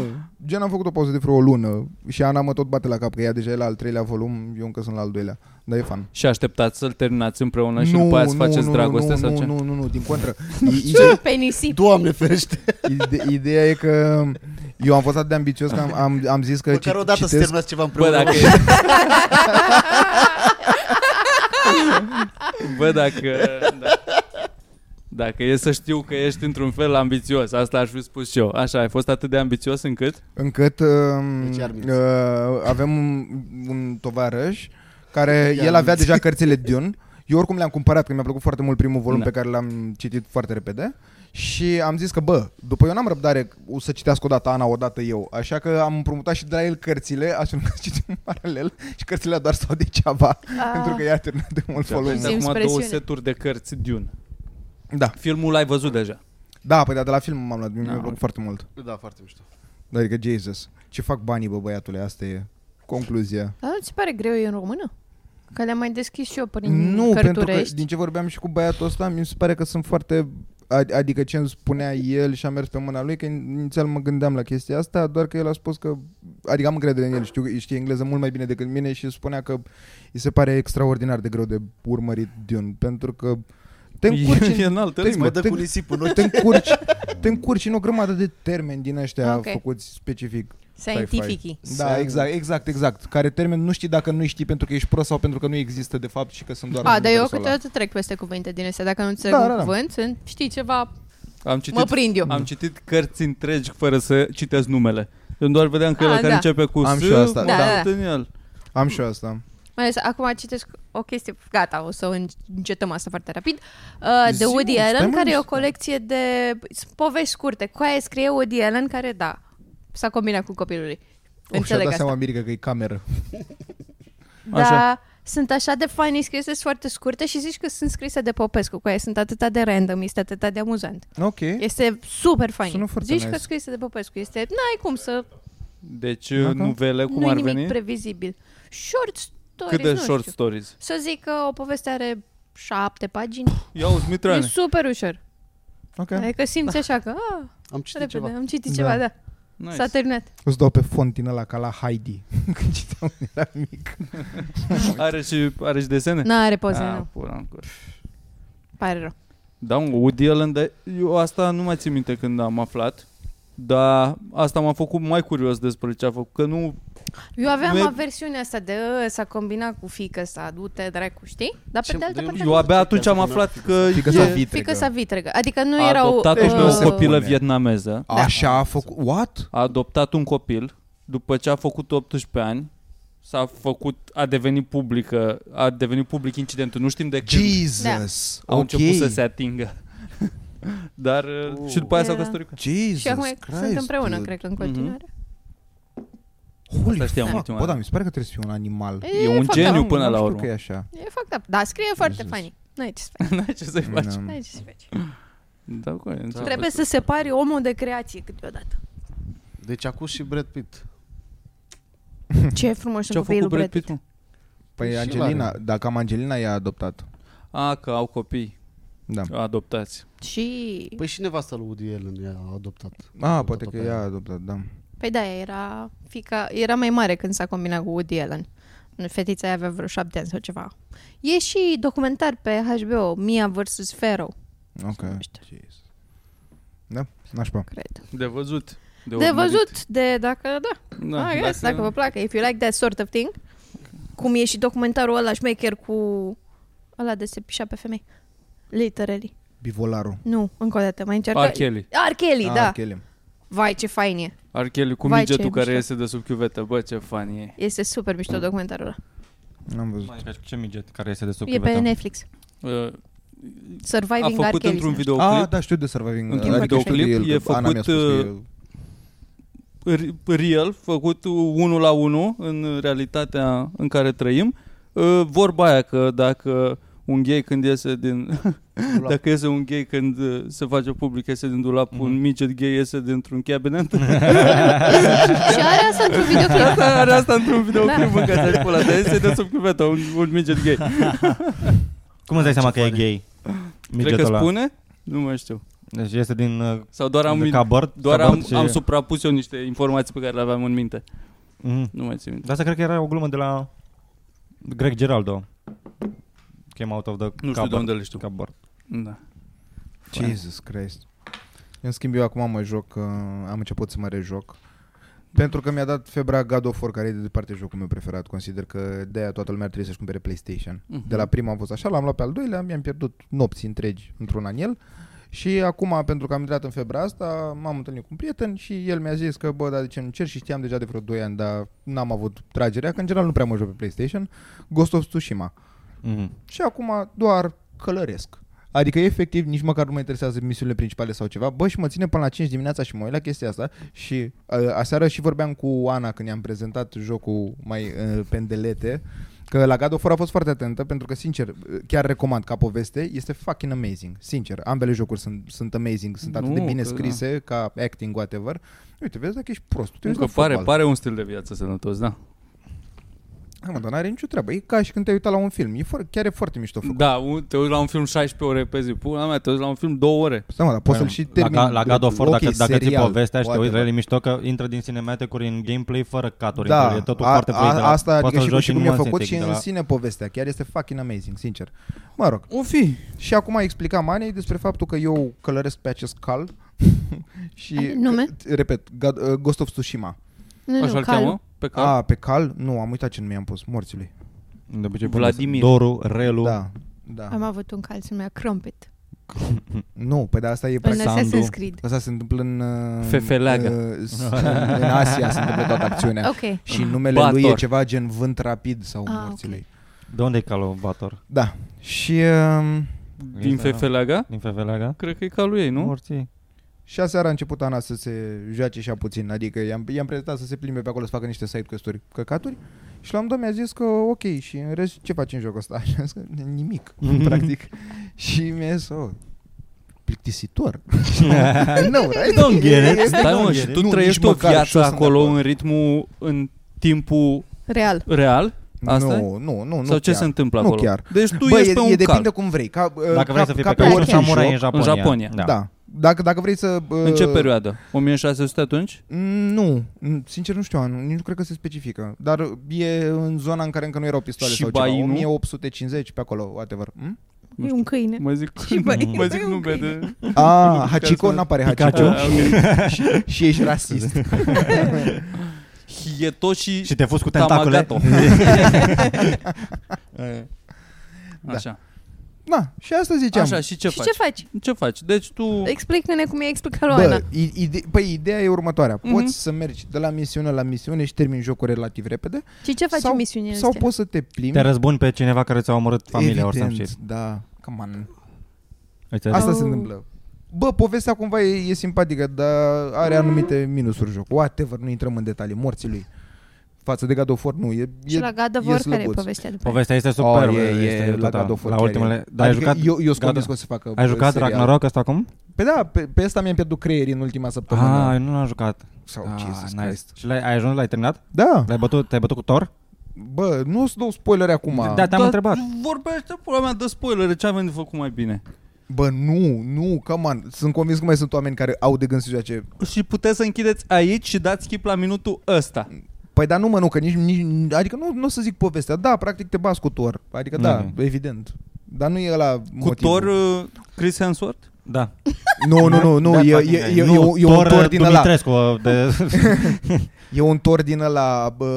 D: Gen am făcut o pauză de vreo lună și Ana mă tot bate la cap că ea deja e la al treilea volum, eu încă sunt la al doilea. Dar e fan.
E: Și așteptați să-l terminați împreună și după aia să faceți dragoste
D: nu,
E: sau
D: nu,
E: ce?
D: nu, nu, nu, din contră. I- ide-
A: Pe nisip.
B: Doamne ferește!
D: ide- ideea e că eu am fost atât de ambițios că am, am, am zis că
B: Măcar
D: cit-
B: o dată să
D: citesc,
B: terminați ceva
E: Bă,
B: împreună.
E: dacă... Bă, dacă... Da. Dacă e să știu că ești într-un fel ambițios, asta aș fi spus și eu. Așa, ai fost atât de ambițios încât...
D: încât uh,
B: Deci ar
D: uh,
B: minți.
D: avem un, un tovarăș care
B: Iar
D: el avea
B: minți.
D: deja cărțile Dune. Eu oricum le-am cumpărat, că mi-a plăcut foarte mult primul volum
E: Da.
D: pe care l-am citit foarte repede. Și am zis că, bă, după eu n-am răbdare o să citească o dată Ana, o dată eu. Așa că am împrumutat și de la el cățile, astfel încât citim în paralel și cărțile doar stau degeaba,
A: Ah.
D: pentru că ea a terminat de mult
E: Și aveți
D: volum.
A: Simți
E: acum două
A: presiune.
E: seturi de cărți Dune.
D: Da,
E: Filmul l-ai văzut deja.
D: da, păi da, de la film m-am luat, mi-a
E: Da.
D: plăcut foarte mult.
B: Da, foarte mișto.
D: Adică, Jesus, ce fac banii, bă, băiatule, asta e concluzia.
A: Dar nu ți pare greu e în română? Că le-am mai deschis și eu prin
D: Nu, pentru că
A: cărturești.
D: din ce vorbeam și cu băiatul ăsta, mi se pare că sunt foarte ad- adică ce îmi spunea el și a mers pe mâna lui, că inițial mă gândeam la chestia asta, doar că el a spus că adică am încredere în el, știu că știe engleză mult mai bine decât mine și spunea că îi se pare extraordinar de greu de urmărit Dune, pentru că te încurci
E: e, e
D: în
E: înalt,
D: te-
E: te
B: Îți mai dă
D: mă,
B: cu nisipul noi.
D: te încurci, te încurci în o grămadă de termeni din ăștia
A: Ok.
D: okay. făcuți specific.
A: Scientificii.
D: Da, exact, exact, exact. Care termen nu știi dacă nu știi pentru că ești prost sau pentru că nu există de fapt și că sunt doar
A: A,
D: anumite
A: dar eu
D: persoane.
A: câteodată trec peste cuvinte din astea. Dacă nu înțeleg da, da, da. cuvânt, sunt, știi ceva,
E: Am
A: mă
E: citit,
A: prind eu.
E: am citit cărți întregi fără să citesc numele. Eu doar vedeam că
A: Ah,
E: el care
A: da.
E: începe cu
D: Am
E: S,
D: și eu asta,
E: mă
A: da.
E: da. în el.
D: Am și eu asta.
A: Mai ales acum citesc o chestie, gata, o să încetăm asta foarte rapid, uh, de
D: Zi,
A: Woody
D: mă, stai,
A: Allen,
D: mă,
A: care e o
D: mișto.
A: colecție de sunt povești scurte. Cu aia scrie Woody Allen, care, da, s-a combinat cu copilul lui.
D: și-a
A: Înțeleg
D: dat
A: asta.
D: seama Mirica că e cameră.
A: Dar
E: Așa.
A: sunt așa de fain scrise, sunt foarte scurte și zici că sunt scrise de Popescu, cu aia sunt atâta de random, este atâta de amuzant.
D: Ok.
A: Este super fain.
D: Sună foarte
A: Zici
D: nice.
A: că scrise de Popescu, este, n-ai cum să,
E: Deci,
D: Dacă-
E: nuvele, cum
A: nu e
E: ar
A: nimic
E: veni?
A: previzibil. Short stories,
E: Cât de
A: nu
E: short
A: știu.
E: stories?
A: Să zic că o poveste are șapte pagini.
E: Ia uzi,
A: E
E: Mitrane.
A: super ușor.
D: Ok.
A: Adică simți așa că, a,
B: Am citit
A: repede,
B: ceva.
A: am citit
D: Da.
A: ceva, da.
E: Nice.
A: S-a terminat.
D: O să dau pe font din ăla ca la Heidi. Când citeam când era mic.
E: Are și, are și desene?
A: N-are poze,
E: Ah,
A: nu.
E: pula în cur.
A: Pare rău.
E: Da, un Woody Allen, dar eu asta nu mai țin minte când am aflat. Dar asta m-a făcut mai curios despre ce a făcut, că nu...
A: Eu aveam
E: Nu e-
A: e... aversiunea asta de "Ă, s-a combinat cu fică, s-a du-te dracu, știi? Dar pe
B: Ce-
A: de altă
B: eu-
A: parte,
E: Eu abia atunci am aflat că
D: Fică
E: e
D: sa vitregă.
A: fică s-a vitregă. Adică nu
E: a
A: erau...
E: adoptat
D: Deci nu
E: o
D: se
E: copilă
D: pune.
E: vietnameză,
A: Da.
D: Așa a făcut... What?
E: a adoptat un copil, după ce a făcut 18 ani, s-a făcut, a devenit publică, a devenit public incidentul, nu știm de când
D: Jesus. Ok.
E: au
D: Oh.
E: început să se atingă. Dar uh, și după aia s-au
A: Era-
E: căsătorit cu
D: Jesus
A: și acum
D: Christ,
A: sunt împreună,
D: dude.
A: cred că, în continuare.
D: Holy
E: Asta știam
D: fuck.
E: ultima
D: Bă,
E: dată.
D: dar mi se pare că trebuie să fie un animal.
A: Păi,
E: E un
A: fucked
E: geniu
A: up.
E: până
D: Nu
E: la
D: știu
E: urmă.
D: că e așa.
A: E fucked up. Da, scrie foarte
D: Jesus.
A: funny. Nu ai ce să faci.
E: N-ai ce să-i faci.
D: Mm.
A: N-ai ce să faci.
E: Da, cu aia, înțeleg.
A: Trebuie să separi omul de creație câteodată.
B: Deci acum și Brad Pitt.
A: Ce frumos
E: Ce
A: sunt
E: a
A: copiii
E: făcut
A: lui Brad
E: Brad Pitt? mă?
D: Păi
B: Și
D: Angelina,
B: mare.
D: dacă am Angelina, ea a adoptat.
E: A, că au copii.
D: Da.
E: adoptați.
A: Și...
B: Păi și nevasta lui Woody Allen i-a adoptat.
D: Ah, poate că
B: pe
D: ea a
B: aia.
D: adoptat, da.
A: Păi da, era, fica, era mai mare când s-a combinat cu Woody Allen. Fetița aia avea vreo șapte ani sau ceva. E și documentar pe HBO, Mia vs. Pharaoh,
D: Ok.
A: numește,
D: Da, nașpa.
A: cred.
E: De văzut. De,
A: De
E: urmărit.
A: văzut, de dacă, da,
E: Da,
A: Da, ah, yes, dacă vă placă, if you like that sort of thing, cum e și documentarul ăla șmecher cu ăla de se pișa pe femei. Literally.
D: Bivolaro.
A: Nu, încă o dată, mai încerc.
E: R. Kelly.
A: R. Kelly,
D: Ah,
A: da.
D: Chele.
A: Vai, ce fain e.
E: R. Kelly cu
A: Vai,
E: mingetul
A: ce
E: care
A: mișto.
E: iese de sub chiuvetă. Bă, ce fan e.
A: Este super
E: Mm.
A: mișto documentarul ăla.
D: N-am văzut.
C: Mai ca și cu ce midget care este de sub
A: E pe
C: chiuvetă.
A: Netflix.
E: Uh, a
A: Surviving R.
E: făcut
A: Kelly.
E: într-un
A: se
E: videoclip.
D: Ah, da, știu de Surviving.
E: Într-un
D: adică știu
E: videoclip
D: de el,
E: e
D: că Ana mi-a
E: făcut,
D: spus că
E: uh,
D: e-
E: r- real, făcut unul la unul în realitatea în care trăim. Uh, Vorba aia că dacă un gay când iese din... dacă iese un gay când uh, se face public, iese din dulap, un midget gay iese dintr-un cabinet.
A: numește. Și are asta într-un videoclip.
E: Asta are asta într-un videoclip în care ai pula, dar este de sub chiuvetă, un, un midget gay.
C: Cum îți dai seama că e gay?
E: Cred că
C: Midgetul ăla.
E: spune? Nu mai știu.
C: Deci este din uh,
E: Sau doar am,
C: ca bărt,
E: doar
C: ca bărt
E: am,
C: și-
E: am suprapus eu niște informații pe care le aveam în minte.
C: Mhm.
E: Nu mai țin minte.
C: Dar asta cred că era o glumă de la Greg Geraldo. Came out of the
E: Nu știu de unde le știu.
C: Ca bărt.
E: Da.
D: Jesus Christ. În schimb, eu acum mă joc, uh, am început să mă rejoc. Pentru că mi-a dat febra God of War, care e de departe jocul meu preferat. Consider că de-aia toată lumea trebuie să-și cumpere PlayStation.
E: Mhm.
D: De la prima am fost așa, l-am luat pe al doilea, mi-am pierdut nopți întregi într-un an el. Și acum, pentru că am intrat în febra asta, m-am întâlnit cu un prieten și el mi-a zis că, bă, dar de ce nu cer? Și știam deja de vreo 2 ani, dar n-am avut tragerea, că în general nu prea mă joc pe PlayStation. Ghost of Tsushima
E: Mm.
C: Mhm.
D: și acum doar călăresc. Adică efectiv nici măcar nu mă interesează misiunile principale sau ceva. Bă, și mă ține până la 5 dimineața și mă uit la chestia asta și uh, aseară și vorbeam cu Ana când i-am prezentat jocul mai uh, pendelete că la God of War a fost foarte atentă pentru că sincer, uh, chiar recomand ca poveste, este fucking amazing. Sincer, ambele jocuri sunt, sunt amazing, sunt atât de
E: Nu,
D: bine
E: că da.
D: scrise ca acting whatever. Uite, vezi dacă ești prost. Te uiți
E: Încă
D: la
E: pare,
D: fotbal.
E: pare un stil de viață sănătos, da.
D: Da, mă, dar n-are nicio treabă. E ca și când te-ai uitat la un film. E foarte, chiar e foarte mișto făcut.
E: Da, un- te uiți la un film 16 ore pe zi, pula mea, te uiți la un film 2 ore.
D: Stai mă, dar poți
C: Păi,
D: să-l și
C: la,
D: termin
C: ga- la God of War,
D: ok,
C: dacă, dacă ți
D: serial, da.
C: povestea și te uiți la
D: whatever.
C: el, e mișto că intră din cinematic-uri în gameplay fără cut-uri.
D: da,
C: e totul
D: a,
C: foarte
D: a,
C: play de la,
D: asta
C: poți
D: adică
C: să-l
D: și, cu-
C: joci
D: și
C: în da.
D: cum e
C: nuanțe,
D: făcut și
C: tehnic, de
D: în
C: la-
D: sine povestea, chiar este fucking amazing, sincer. Mă rog,
E: O fi.
D: și acum explica Manei despre faptul că eu călăresc pe acest cal și,
A: Are nume?
D: t- repet, God, uh, Ghost of Tsushima.
A: Nu, nu,
E: Așa-l
A: cal.
E: cheamă? Pe
D: Cal?
E: cal?
D: A, pe cal? Nu, am uitat ce nume i-am pus, morțile.
C: De obicei pune
E: Vladimir.
C: Doru, Relu.
D: Da, da.
A: Am avut un cal, se numea Crumpet.
D: Nu, pe de asta e
A: În
D: practic.
A: Assassin's Creed.
D: Asta se întâmplă în... uh,
E: Fefeleagă.
D: uh, s- În Asia se întâmplă toată acțiunea.
A: Ok.
D: Și numele
E: Bator.
D: lui e ceva gen vânt rapid sau
A: Ah,
D: morțile.
C: De unde e calovator?
D: Da. Și um,
E: Din
C: Este, da.
E: Fefeleaga?
C: Din Feveleaga?
E: Cred că e calul ei, nu?
C: Morții.
D: și aseară a început Ana să se joace și ea puțin, adică i-am, i-am prezentat să se plimbe pe acolo să facă niște side quest-uri căcaturi și la un dat mi-a zis că ok și în rest ce faci în jocul ăsta? Și am zis că nimic,
E: Mhm.
D: practic. și mi-a zis, oh, plictisitor. no, right?
C: Don't get it.
E: Stai mă,
C: Nu,
E: și tu
D: nici
E: trăiești o
D: măcar, și eu
E: viață
D: sunt de
E: acolo
D: acord.
E: în ritmul, în timpul
A: Real.
E: real? Asta e?
D: nu, nu, nu, nu
E: Sau ce
D: chiar.
E: se întâmplă
D: Nu
E: acolo?
D: chiar.
E: Deci tu
D: Bă,
E: ești
D: e,
E: pe
D: e
E: un
D: depinde
E: cal.
D: cum vrei. Ca, uh,
C: Dacă
D: ca,
C: vrei să fii
D: ca
C: pe calul
D: orice
C: samurai
D: joc,
C: în Japonia.
E: Japonia.
D: da. Dacă, dacă vrei să... uh,
E: În ce perioadă? 1600 atunci?
D: Mm, Nu, n- sincer nu știu, anul, nici nu cred că se specifică, dar e în zona în care încă nu erau pistoale
E: Și
D: sau ceva,
E: Bainu?
D: 1850 pe acolo, whatever. Hm?
E: Nu
A: E
E: știu.
A: un câine.
E: Mă zic,
A: Și băi,
E: mă zic
A: e un
E: nume
A: câine.
E: de...
C: Păi
D: Ah, Hachiko, n-apare
C: Pikachu?
D: Hachiko Ah, și, și ești rasist.
E: Hietoshi
C: Și te fuzi cu tentacule.
E: Tamagato. Așa.
D: Da, și asta ziceam.
E: Așa, și ce
A: și ce Exact.
E: faci?
A: faci?
E: Ce faci? Deci tu...
A: Explică-ne cum e explicat lui Ana.
D: Bă, i- ide- păi ideea e următoarea. Poți
E: Mhm.
D: să mergi de la misiune la misiune și termini jocul relativ repede
A: Și ce faci
D: sau-
A: în misiunile
D: sau
A: astea?
D: poți să te plimbi.
C: Te răzbuni pe cineva care ți-a omorât familia ori some
D: Evident,
C: shit.
D: da. Come on.
C: Ai înțeles?
D: Asta se
A: Oh.
D: întâmplă. Bă, povestea cumva e, e simpatică, dar are
C: Mm.
D: anumite minusuri jocul. Whatever, nu intrăm în detalii. Morții lui. Față de God of War, nu. E,
A: Și
D: e
A: la God of War, care e
D: slăbuț.
A: povestea după aia?
C: Povestea este superbă.
D: Oh, e, e,
C: este
D: la
C: total.
D: God of War
C: la
D: chiar
C: ultimele...
D: e.
C: Dar ai
D: adică
C: jucat...
D: eu, eu sunt
C: God of-
D: convins că o să facă
C: Ai jucat
D: serial.
C: Ragnarok ăsta acum?
D: Pe da, pe, pe asta mi-am pierdut creierii în ultima săptămână.
C: Ah, nu l-am jucat.
D: Sau
C: Ah,
D: Jesus
C: nice.
D: Christ.
C: Și l-ai, ai ajuns, l-ai terminat?
D: Da,
C: L-ai bătut, te-ai bătut cu Thor?
D: bă, nu o să dau spoilere acum.
C: Da, te-am
E: Dar
C: întrebat.
E: Vorbește pula mea de spoilere, ce avem de făcut mai bine?
D: Bă, nu, nu, come on. Sunt convins că mai sunt oameni care au de gând să joace.
E: Și puteți să închideți aici și dați skip la minutul ăsta.
D: Păi da, nu mă, nu, că nici, nici adică nu, nu o să zic povestea. Da, practic te bați cu Thor. Adică da,
C: Mhm.
D: evident. Dar nu e ăla
E: Cu
D: motivul.
E: Thor uh, Chris Hemsworth?
C: Da.
D: Nu, nu, nu, nu,
C: Da,
D: e,
C: fac
D: e,
C: idei.
D: e, e, un- e un
C: Thor,
D: Thor din ăla.
C: Dumitrescu, de...
D: E un tor din ăla bă,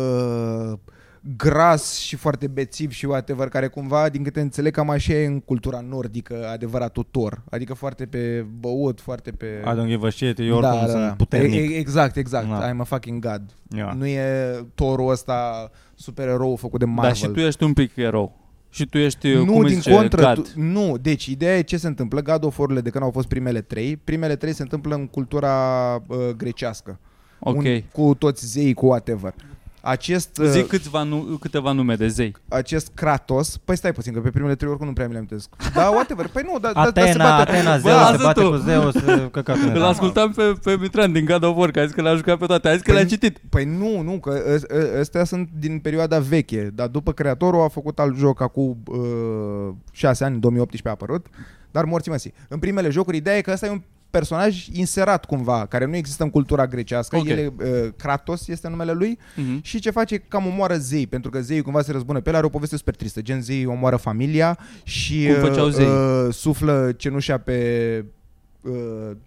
D: gras și foarte bețiv și whatever, care cumva, din câte înțeleg, cam așa e în cultura nordică adevăratul tor. Adică foarte pe băut, foarte pe...
C: I don't give a shit, eu oricum da, sunt da,
D: E,
C: puternic.
D: e, exact, exact.
C: Da.
D: Da. I'm a fucking god.
C: Ia.
D: Da. Nu e torul ăsta supererou făcut de Marvel.
E: Dar și tu ești un pic erou. Și tu ești, uh,
D: nu,
E: cum îi
D: din
E: zice,
D: contră,
E: God.
D: tu, nu, deci ideea e ce se întâmplă, God of War-urile de când au fost primele trei, primele trei se întâmplă în cultura uh, grecească,
E: Ok.
D: un, uh, cu toți zeii, cu whatever. Acest, uh,
E: Zic câțiva nu, câteva nume de zei.
D: acest Kratos, păi stai puțin, că pe primele trei oricum nu prea mi le amintesc. Da, whatever, păi nu, da, da, da se
C: Atena,
D: bate.
C: Atena,
D: Bă,
C: Zeus, se
E: lasă
C: bate
E: tu.
C: cu Zeus,
D: Da.
C: căcatul
E: Îl ascultam pe, pe Mitran din God of War, că a zis că l-a jucat pe toate, a zis că
D: Păi-
E: le-a citit.
D: Păi nu, nu, că ăs- ă- ăstea sunt din perioada veche, dar după creatorul a făcut alt joc acum uh, 6 ani, în 2018 a apărut, dar morții măsii. În primele jocuri, ideea e că ăsta e un personaj inserat cumva, care nu există în cultura grecească,
E: Ok.
D: okay. el, uh, Kratos este numele lui,
E: Mhm.
D: și ce face e că cam omoară zei, pentru că zeii cumva se răzbună pe el, are o poveste super tristă, gen zei omoară familia și
E: Cum făceau zeii?
D: Uh, suflă cenușa pe uh,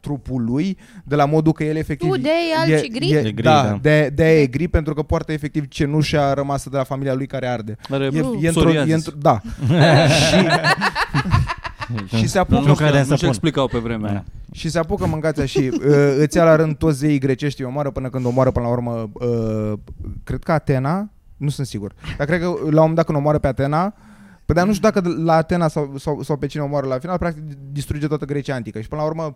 D: trupul lui, de la modul că el efectiv...
A: Tu de e alb și gri?
D: E,
C: E gri,
D: da,
C: da.
D: De, de e gri pentru că poartă efectiv cenușa rămasă de la familia lui care arde.
E: Are
D: E, e într-o,
E: psoriazis.
D: e într-o, da. și, și se
C: Nu,
D: apucă
C: nu credem să
E: Nu-și
C: pun.
E: explicau pe
D: Da.
E: vremea aia.
D: și se apucă mâncația și uh, îți ia la rând toți zeii grecești, îi omoară până când omoară până la urmă, uh, cred că Atena, nu sunt sigur, dar cred că la un moment dat când omoară pe Atena, Păi dar nu știu dacă la Atena sau, sau, sau pe cine omoară la final, practic distruge toată Grecia antică și până la urmă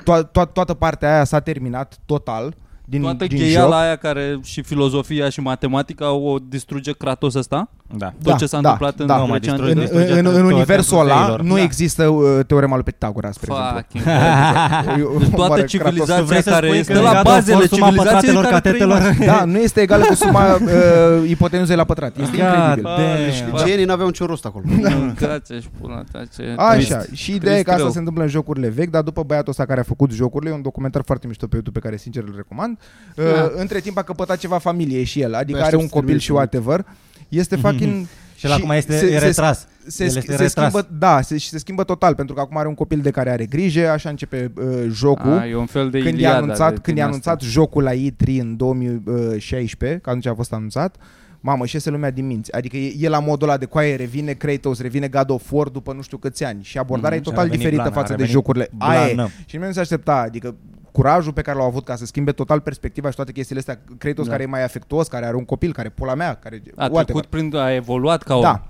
D: to- to- toată partea aia s-a terminat total din,
E: Toată
D: din joc.
E: cheiala aia care și filozofia și matematica o distruge Kratos ăsta?
C: Da.
E: Tot ce s-a
D: da,
E: întâmplat în
D: da.
C: Nu mai
E: Grecia
C: distruge.
D: în,
E: antică?
C: Distruge
D: în, în
C: tot
D: universul
C: restul
D: ăla
C: zeilor.
D: nu
C: Da.
D: există uh, teorema lui Pitagora, spre exemplu.
E: Fucking
D: Eu-
E: Deci
D: omoară
E: toată
D: Kratos.
C: Tu vrei
E: civilizația
C: să
E: care
C: spui
E: este
C: că
E: la
C: God of
E: bazele
C: War suma
E: civilizației în
C: pătratelor,
E: care trăim
C: catetelor?
E: astăzi.
D: Da, nu este egală cu suma uh, ipotenuzei la pătrat. Este incredibil.
E: Bă,
C: Damn.
E: deci
C: Bă,
E: ce-
B: Licenii n-aveau niciun rost acolo.
E: Nu, tace și pula ta, ce
D: Da. Așa,
E: trist.
D: și ideea e că
E: Trist
D: asta
E: rău.
D: se întâmplă în jocurile vechi, dar după băiatul ăsta care a făcut jocurile, e un documentar foarte mișto pe YouTube pe care sincer îl recomand, uh,
A: Da.
D: între timp a căpătat ceva familie și el, adică
B: Bă,
D: are
B: aștept
D: un
B: să
D: copil
B: primești
D: și whatever, este fucking...
C: Și el acum este e retras.
D: Se,
C: El
D: se,
C: este
D: se
C: retras.
D: schimbă, da, se, și se schimbă total, pentru că acum are un copil de care are grijă, așa începe uh, jocul.
E: A, e un fel de
D: când i-a
E: Iliada
D: anunțat,
E: de
D: când i-a
E: din
D: anunțat
E: asta.
D: jocul la E3 în 2016, că atunci a fost anunțat, mamă, și iese lumea din minți. Adică e, e la modul ăla de coaie, revine Kratos, revine God of War după nu știu câți ani. Și abordarea
E: Mhm.
D: e
C: Mm-hmm. Și
D: total
C: a revenit
D: diferită
C: blană,
D: față
C: a
D: de
C: revenit da.
D: jocurile.
C: blană.
D: Aia e. Și nimeni nu se aștepta, adică curajul pe care l-au avut ca să schimbe total perspectiva și toate chestiile astea. Kratos
E: Da.
D: care e mai afectuos, care are un copil, care pula mea, care...
E: A
D: whatever.
E: trecut prin, a evoluat ca om.
D: Da,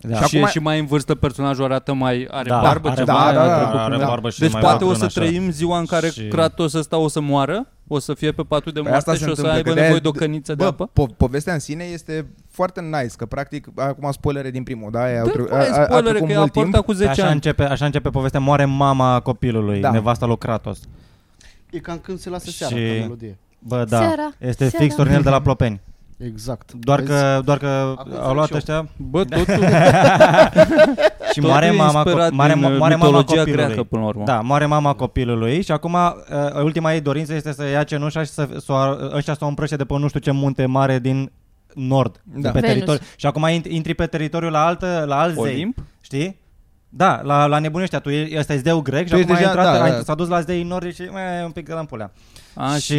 C: Da.
E: Și,
D: Și
E: e
D: acum-
E: și mai în vârstă personajul arată mai, are
C: Da,
E: barbă
C: are
E: ceva.
C: barbă,
D: da, da,
C: are
D: da.
C: barbă,
D: Da.
C: barbă și
E: Deci
C: mai
E: poate o
C: bătrân
E: să
C: așa.
E: trăim ziua în care
C: Și-
E: Kratos ăsta o să moară, o să fie pe patul de
D: Păi
E: moarte și o să
D: întâmplă, că
E: aibă
D: de-aia-
E: nevoie de o căniță de
D: bă,
E: apă.
D: Po- povestea în sine este foarte nice, că practic, acum spoilere din primul, da? Aia au
E: Dă
D: tre-
E: voie,
D: a- a- a
E: spoilere,
D: trecut
E: Păi, că
D: mult
E: a
D: timp.
E: portat cu 10
C: Așa
E: ani.
C: începe, așa începe povestea, moare mama copilului,
D: Da.
C: nevasta lui Kratos.
B: E cam când se lasă seara
C: Și-
B: ca melodie.
C: Bă, da,
A: Seara,
C: este
A: seara.
C: fix turnel de la Plopeni.
B: Exact.
C: Doar
B: Vezi?
C: că, doar că
B: Acum
C: au
B: fac
C: luat
B: și
C: ăștia
E: Bă, totul,
C: și
E: totul
C: moare
E: e
C: mama,
E: inspirat
C: co- moare,
E: din
C: mo-
E: uh,
C: moare mama
E: mitologia
C: copilului.
E: greacă, până la urmă.
C: Da, moare mama copilului și acum uh, ultima ei dorință este să ia cenușa și să, să o, ar- ăștia să o împrăște de pe nu știu ce munte mare din nord.
D: Da.
C: Pe
A: Venus.
C: teritoriu. Și acum int- intri pe teritoriul la altă, la alt zei.
E: Olimp?
C: Știi? Da, la, la nebuneștia, tu e- ăsta e zeu grec și
D: Tu
C: acum
D: ești
C: deja, a
D: deja-
C: intrat,
D: da,
C: a,
D: da.
C: s-a dus la zei nord și e un pic de lampulea.
E: Așa.
C: și,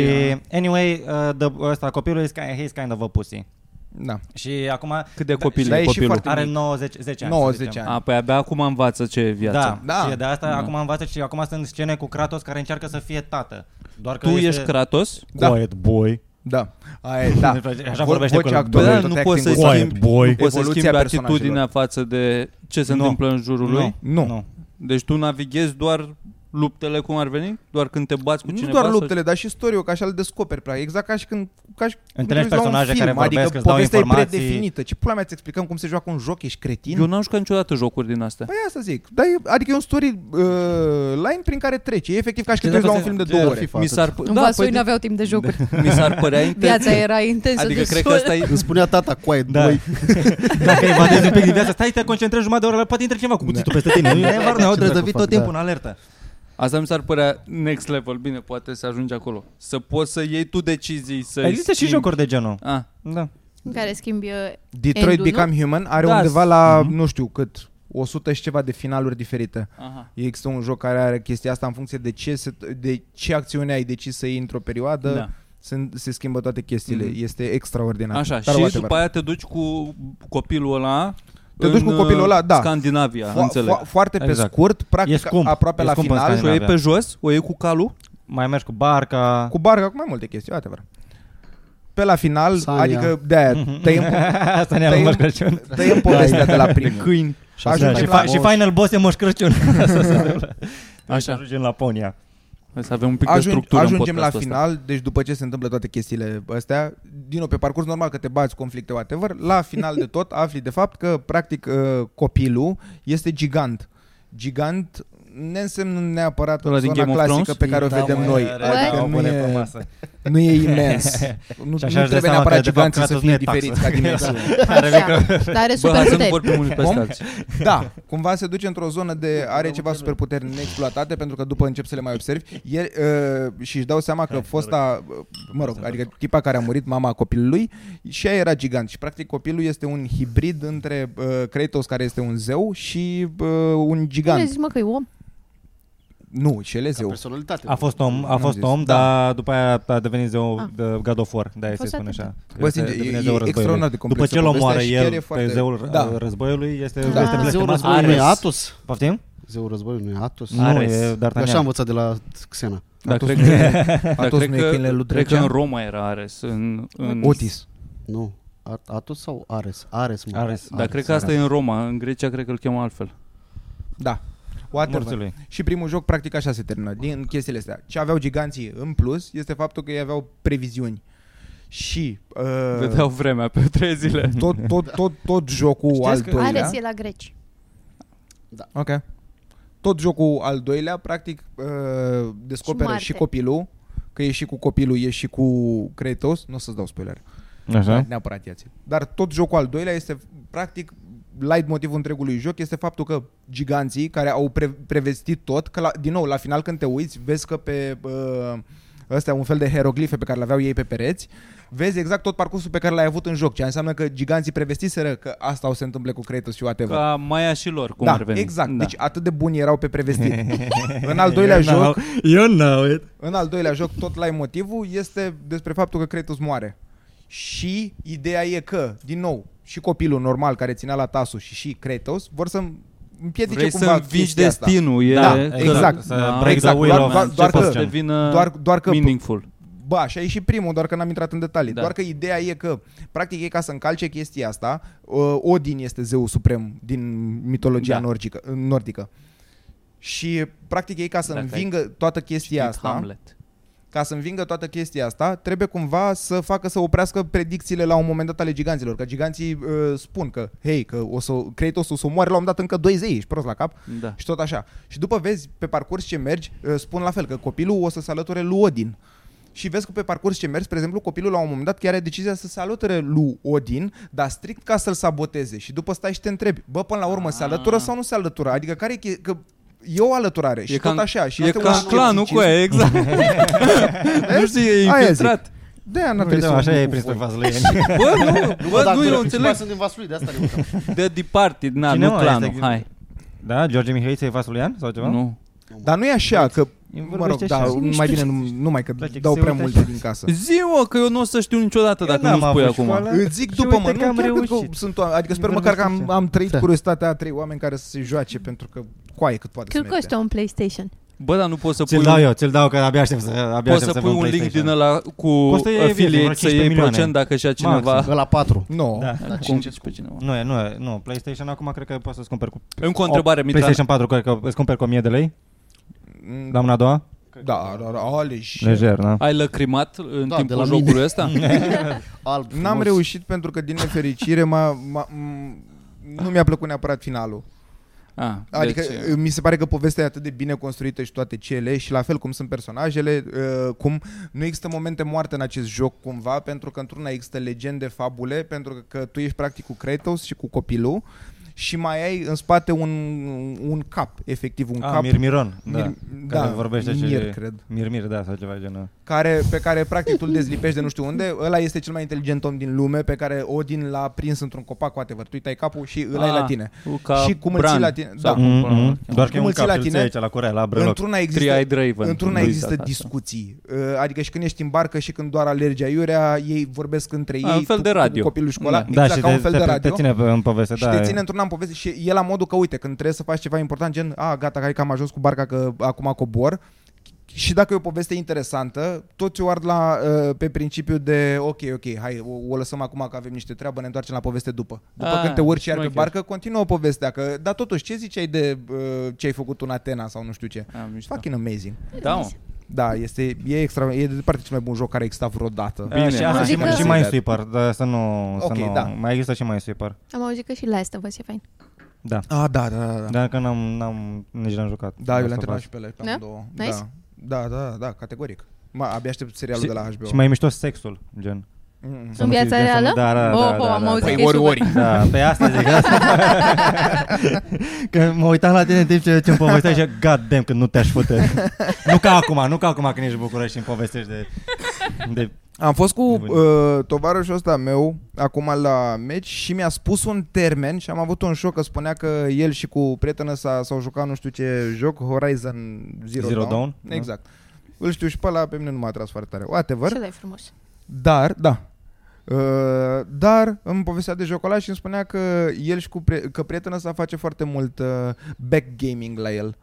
C: anyway, uh, the, ăsta, copilul, is kind, he's kind of a pussy.
D: Da.
C: Și acum
E: Cât de
C: Da,
E: copil
D: dar
E: e
D: e și
E: copilul?
D: foarte-
C: are 90, 10 ani.
D: 9,
C: să zicem.
D: 10 ani.
E: A, păi abia acum învață ce e viața.
C: Da,
D: Da.
C: da. Și de asta
E: Da.
C: acum învață și acum sunt scene cu Kratos care încearcă să fie tată. Doar că
E: Tu
C: este...
E: ești Kratos?
D: Da.
C: Quiet boy.
D: Da. Aia, e, da.
C: Ne place- așa
D: Vo-
C: vorbește
D: vocea
C: acolo.
D: actorului,
E: Bă,
D: tot
E: nu
D: acting-ul.
E: poți să-i
D: Quiet.
E: schimbi.
C: boy.
E: Poți să
D: Păi Evoluția
E: schimbi
D: personajelor.
E: atitudinea față de ce se
C: Nu.
E: întâmplă în jurul lui?
D: Nu.
C: nu.
E: Deci tu navighezi doar luptele cum ar veni? Doar când te bați cu
D: Nu
E: cineva?
D: doar
E: sau-
D: luptele, dar și story că așa îl descoperi, practic. Exact ca și când ca și când
C: Întâlnești
D: te uiți la un
C: personaje care
D: film, adică
C: vorbesc, îți dau
D: povestea e
C: informații.
D: predefinită. Ce pula mea ți explicăm cum se joacă un joc, ești cretin?
E: Eu n-am jucat niciodată jocuri din astea.
D: Păi asta zic. Dar e, adică e un story uh, line prin care trece. E efectiv ca și când te uiți la un film de două ore.
E: Mi s-ar,
A: În
E: da,
A: Vaslui
E: păi,
A: nu aveau timp de jocuri.
E: mi s-ar părea
A: Viața
E: interesant.
A: era intensă
E: Adică
A: destul.
E: cred că asta e...
B: Îmi spunea tata, coaie,
C: Da.
B: da. doi.
C: Dacă evadezi un pic din viața, stai, te concentrezi jumătate de oră, poate intră cineva cu
E: Da.
C: cuțitul peste tine. Nu e var, nu, trebuie să
B: dracu
C: fii
B: fac,
C: tot timpul
B: da.
C: în alertă.
E: Asta mi s-ar părea next level. Bine, poate să ajungi acolo. Să poți să iei tu decizii, să
C: Există și
E: schimbi.
C: jocuri de genul.
E: Ah,
C: Da.
A: În care schimbi... uh,
D: Detroit
A: Endul, nu?
D: Become Human are
E: Da,
D: undeva la,
C: mhm.
D: nu știu cât, 100 și ceva de finaluri diferite.
E: aha.
D: Există un joc care are chestia asta în funcție de ce, se, de ce acțiune ai decis să iei într-o perioadă.
E: Da.
D: Se, se schimbă toate chestiile.
E: Mhm.
D: Este extraordinar.
E: Așa,
D: Dar
E: și
D: whatever.
E: după aia te duci cu copilul ăla
D: Te duci
E: în, uh,
D: cu copilul ăla, da.
E: Scandinavia,
D: Fo-
E: înțeleg.
D: fo- foarte pe
C: Exact.
D: scurt, practic
C: E scump.
D: aproape
C: E
D: la
C: scump în
D: final,
E: și o iei
C: Scandinavia.
E: pe jos, o iei cu calul.
C: Mai mergi cu barca.
D: cu barca, cu mai multe chestii, whatever. Pe la final,
B: Sania.
D: adică de aia,
C: Mhm.
D: tăiem,
C: Asta ne-a
D: tăiem-
C: Moș Crăciun.
D: tăiem povestea de la primul.
E: Câini.
C: Da,
D: Ajungem
C: și,
D: la,
C: fa- și final boss e Moș Crăciun.
E: Așa.
C: Ajungem în Laponia.
E: Hai să avem un pic de
D: ajung,
E: structură
D: ajungem
E: în
D: la
E: podcastul Ăsta.
D: final, deci după ce se întâmplă toate chestiile astea, din nou pe parcurs normal că te bați, conflicte, whatever, la final de tot afli de fapt că practic uh, copilul este gigant. Gigant ne înseamnă neapărat
E: Ăla din
D: zona
E: Game of
D: clasică
E: Thrones?
D: pe care o vedem noi. Adică
A: da,
D: nu e, nu e imens. Nu,
C: Și
D: nu
C: așa își dă
D: trebuie
C: seama
D: neapărat
C: că, de fapt,
D: giganții să
C: Kratos
D: fie
C: nu e taxă.
D: diferiți ca dimensiune.
A: Așa. Dar are
E: Bă, hai să nu
A: superputeri.
E: vorbim unii peste
D: Om?
E: alții.
D: Da, cumva se duce într-o zonă de are ceva superputeri neexploatate pentru că după încep să le mai observi el, uh, și își dau seama că fosta, uh, mă rog, adică tipa care a murit, mama copilului, și ea era gigant și practic copilul este un hibrid între uh, Kratos care este un zeu și uh, un
A: Nu
D: gigant.
A: zici, mă, că e om.
D: Nu, și el e
B: Ca
D: zeu.
B: personalitate.
C: A fost om, a
D: N-am
C: fost
D: zis.
C: om,
D: Da.
C: dar după aia a devenit zeu
A: Ah.
C: de God of War, de aia se
A: fost
C: spune
A: atât.
C: așa.
D: Bă,
C: Este-
D: sincer,
C: devine
D: e-
C: zeul
D: e
C: războiului.
D: extraordinar de
C: După
D: complexă
C: ce l omoară
D: povestea și chiar e
C: el
D: foarte-
C: pe zeul
D: Da.
C: da. războiului, este,
D: Da.
C: este
B: Zeul
C: blestemat.
B: războiului nu e
E: Ares.
B: Atos?
C: Poftim?
B: Zeul războiului nu e Atos?
C: Nu,
E: Ares.
C: e
B: Eu Așa am
C: D'Artagnan.
B: învățat de la Xena.
E: Dar
D: Atos
E: Da, cred
D: nu e-
E: că, dar
D: Atos
E: cred
D: nu e câinele
E: că,
D: lui
E: cred că
D: Drăcea?
E: în Roma era Ares. În, în,
D: Otis.
B: Nu. At- Atos sau Ares? Ares, mă.
C: Ares.
E: Dar cred că asta e în Roma. În Grecia cred că îl cheamă altfel.
D: Da. Whatever.
C: Morțului.
D: Și primul joc practic așa se termină din chestiile astea. Ce aveau giganții în plus este faptul că ei aveau previziuni. Și uh,
E: Vedeau vremea pe trei zile.
D: tot, tot, tot, tot jocul
C: Știți
D: al
C: că-
D: doilea.
A: Ares e la greci.
D: Ok. Tot jocul al doilea, practic, uh, descoperă
A: Marte.
D: și, copilul, că e și cu copilul, e și cu Kratos, nu o să-ți dau spoiler,
C: Așa.
D: neapărat ia Dar tot jocul al doilea este, practic, light motivul întregului joc este faptul că giganții care au pre- prevestit tot, că la, din nou, la final când te uiți, vezi că pe uh, ăstea un fel de hieroglife pe care le aveau ei pe pereți, vezi exact tot parcursul pe care l-ai avut în joc, ceea ce înseamnă că giganții prevestiseră că asta o să se întâmple cu Kratos și whatever
E: Ca Maia și lor, cum
D: da,
E: ar veni.
D: exact.
E: Da.
D: Deci atât de buni erau pe prevestit. în al doilea joc,
C: You know it.
D: în al doilea joc tot la motivul este despre faptul că Kratos moare. Și ideea e că, din nou, și copilul normal care ținea la Tasus și și Kratos vor să împiedice
E: Vrei
D: cumva
E: să învingi
D: chestia asta.
E: destinul. E
D: Da,
E: că-
D: exact.
C: Să
E: Da.
C: break
D: Exact.
C: the will
D: Doar-
C: of
D: doar-
C: man.
D: doar că-
C: Ce
E: Să
C: poți spune?
E: devină
D: Doar, doar că
E: meaningful.
D: Bă, așa e și primul, doar că n-am intrat în detalii.
E: Da.
D: Da. Doar că ideea e că, practic, e ca să încalce chestia asta, uh, Odin este zeul suprem din mitologia
E: Da.
D: da. nordică, nordică. Și, practic, ei ca să
E: Dacă ai
D: învingă toată chestia asta,
E: Hamlet.
D: ca să învingă toată chestia asta, trebuie cumva să facă să oprească predicțiile la un moment dat ale giganților, că giganții uh, spun că, hei, că o să, Kratos o să moare la un moment dat încă doi zei, ești prost la cap,
E: Da.
D: și tot așa. Și după vezi pe parcurs ce mergi, uh, spun la fel, că copilul o să se alăture lui Odin. Și vezi că pe parcurs ce mergi, spre exemplu, copilul la un moment dat chiar are decizia să se alăture lui Odin, dar strict ca să-l saboteze. Și după stai și te întrebi, bă, până la urmă se alătură sau nu se alătură? Adică care e che- că E o alăturare și
E: Ah. E
D: tot
E: ca-
D: așa. Și
E: E
D: este
E: ca
D: un
E: clanul cu aia, exact. nu știu, e
D: Aia zic.
E: infiltrat.
D: De-aia n-a
C: Nu,
D: trebuit
C: uite,
D: să
C: așa e
D: cu
C: prins pe
D: voi.
C: Vaslui.
E: Bă, nu,
B: da,
D: Da,
E: bă, nu, eu înțeleg.
B: Sunt din Vaslui, de asta ne uităm.
E: The Departed, na,
C: Cine,
E: nu
C: mă,
E: clanul,
C: este-
E: hai.
C: Da, George Mihaiță e Vasluian sau ceva?
E: Nu.
D: Dar nu e așa că Mă rog,
C: vorbește
D: da,
C: așa.
D: mai bine nu, nu mai că
C: Place că
D: dau
C: se
D: prea
C: uită
D: multe
C: așa.
D: din casă.
E: Zi, mă, că eu nu o să știu niciodată dacă
C: n-am
E: nu spui
C: avut
E: acum.
C: școală.
D: Îți zic
C: Și
D: după
C: uite
D: mă,
C: că
D: nu chiar
C: am
D: cred că
C: reușit.
D: sunt, adică sper
C: Nu
D: măcar că am,
C: reușește.
D: am trăit
B: Da.
D: curiozitatea a trei oameni care să se joace pentru că coaie cât poate
A: Cât
D: să
A: costă un PlayStation?
E: Bă, dar nu poți să
C: Ți-l
E: pui
C: dau
E: un,
C: eu, ți-l dau că abia aștept să abia
E: poți
C: aștept
E: să pui
C: văd
E: un link din
C: PlayStation.
E: ăla cu
C: da. Costă, e evident, vreo
E: affiliate să
C: 15
E: iei
C: milioane.
E: procent dacă și ia cineva.
C: Maxim.
B: La 4.
D: Nu,
C: Da.
B: La
E: Cum
B: 5
E: pe cineva.
C: Nu e, nu e, nu, PlayStation acum cred că poți să-ți cumperi cu
E: Încă o întrebare, Mitran.
C: PlayStation 4 cred că îți cumperi cu 1000 de lei Doamna a doua?
D: Mm, Da, da, da, Aleș.
C: Lejer, da.
E: Ai lăcrimat în
B: Da,
E: da,
B: de la
E: timpul
B: mine.
E: jocului ăsta?
B: Alb, frumos.
D: N-am reușit pentru că din nefericire m-a, m-a, m- nu mi-a plăcut neapărat finalul.
E: Ah,
D: Adică
E: deci,
D: deci, mi se pare că povestea e atât de bine construită și toate cele și la fel cum sunt personajele, uh, cum nu există momente moarte în acest joc cumva, pentru că într-una există legende, fabule, pentru că, că tu ești practic cu Kratos și cu copilul și mai ai în spate un, un cap, efectiv un
C: Ah,
D: cap.
C: Mir Miron, da.
D: Mir-
C: care
D: da,
C: vorbește
D: Mir,
C: și...
D: cred.
C: Mir, Mir, da, sau ceva de genul.
D: care, pe care practic tu îl dezlipești de nu știu unde, ăla este cel mai inteligent om din lume, pe care Odin l-a prins într-un copac, whatever, tu îi tai capul și îl ai
E: Ah,
D: la tine.
E: ca
D: și cum îl ții
E: Bran
D: la tine, da.
E: sau cum până la urmă
C: Mm-hmm.
E: îl cheamă.
C: Doar că e
D: Cum
C: un
D: îl ții
C: cap
D: la
C: la tine?
D: tine?
C: aici la Corea, la breloc.
D: Într-una există,
E: Three-Eyed Raven.
D: într-una
E: lui
D: există
E: data asta.
D: discuții, Uh, adică și când ești în barcă și când doar alergi aiurea, ei vorbesc între ei,
E: Ah, un fel
D: tu,
E: de
D: tu
E: radio.
D: cu copilul școlar,
E: Da,
D: exact ca un fel
C: te,
D: de
C: te-
D: radio.
C: te ține pe- în poveste,
D: Și
C: da.
D: te ține într-un poveste și e la modul că, uite, când trebuie să faci ceva important, gen, a, gata, hai că am ajuns cu barca, că acum cobor. Și dacă e o poveste interesantă, toți o ard la, uh, pe principiu de, ok, ok, hai, o, o lăsăm acum că avem niște treabă, ne întoarcem la poveste după. După
E: Ah,
D: a, când te urci iar pe
E: smacher.
D: barcă, continuă povestea, că, dar totuși, ce ziceai de uh, ce ai făcut în Atena sau nu știu ce?
E: Ah, mișto.
D: Fucking amazing.
E: Da, mă.
D: Da, este, e, extra, e de departe cel mai bun joc care a existat vreodată.
C: Bine, și asta și,
A: Adică-
C: și mai sweeper, da, să nu, să
D: Ok,
C: nu,
D: da.
C: mai există și mai sweeper.
A: Am auzit că și la asta vă e fain.
C: Da.
D: Ah, da, da, da. da.
C: Dar că n-am, n-am, nici n-am jucat.
D: Da, eu
C: Asta
D: le-am
C: fac.
D: terminat și pe ele, pe
A: Da?
D: amândouă.
A: Nice.
D: Da. Da, da, da, da, categoric. Mă, abia aștept serialul
C: Și-
D: de la HBO.
C: Și mai e mișto sexul, gen.
D: Mm.
C: Să nu
A: viața
C: fii- să nu-
A: reală?
C: Da, da, da,
A: Oho,
C: da,
A: am
C: da,
A: auzit
C: da.
A: Păi că e ori, super. ori.
C: Da, pe asta zic asta. Că mă uitam la tine în timp ce, ce îmi povesteai și God damn, că nu te-aș fute. nu ca acum, nu ca acum când ești București și îmi povestești de... de
D: Am fost cu
C: Nebun.
D: uh, tovarășul ăsta meu acum la meci și mi-a spus un termen și am avut un șoc că spunea că el și cu prietena sa s-au jucat nu știu ce joc, Horizon Zero,
C: Zero Dawn, da.
D: Exact. Îl știu și pe ăla, pe mine nu m-a atras foarte tare. Whatever.
A: Și ăla e frumos.
D: Dar, da. Uh, dar îmi povestea de jocul ăla și îmi spunea că el și cu pre- că prietena sa face foarte mult uh, back gaming la el.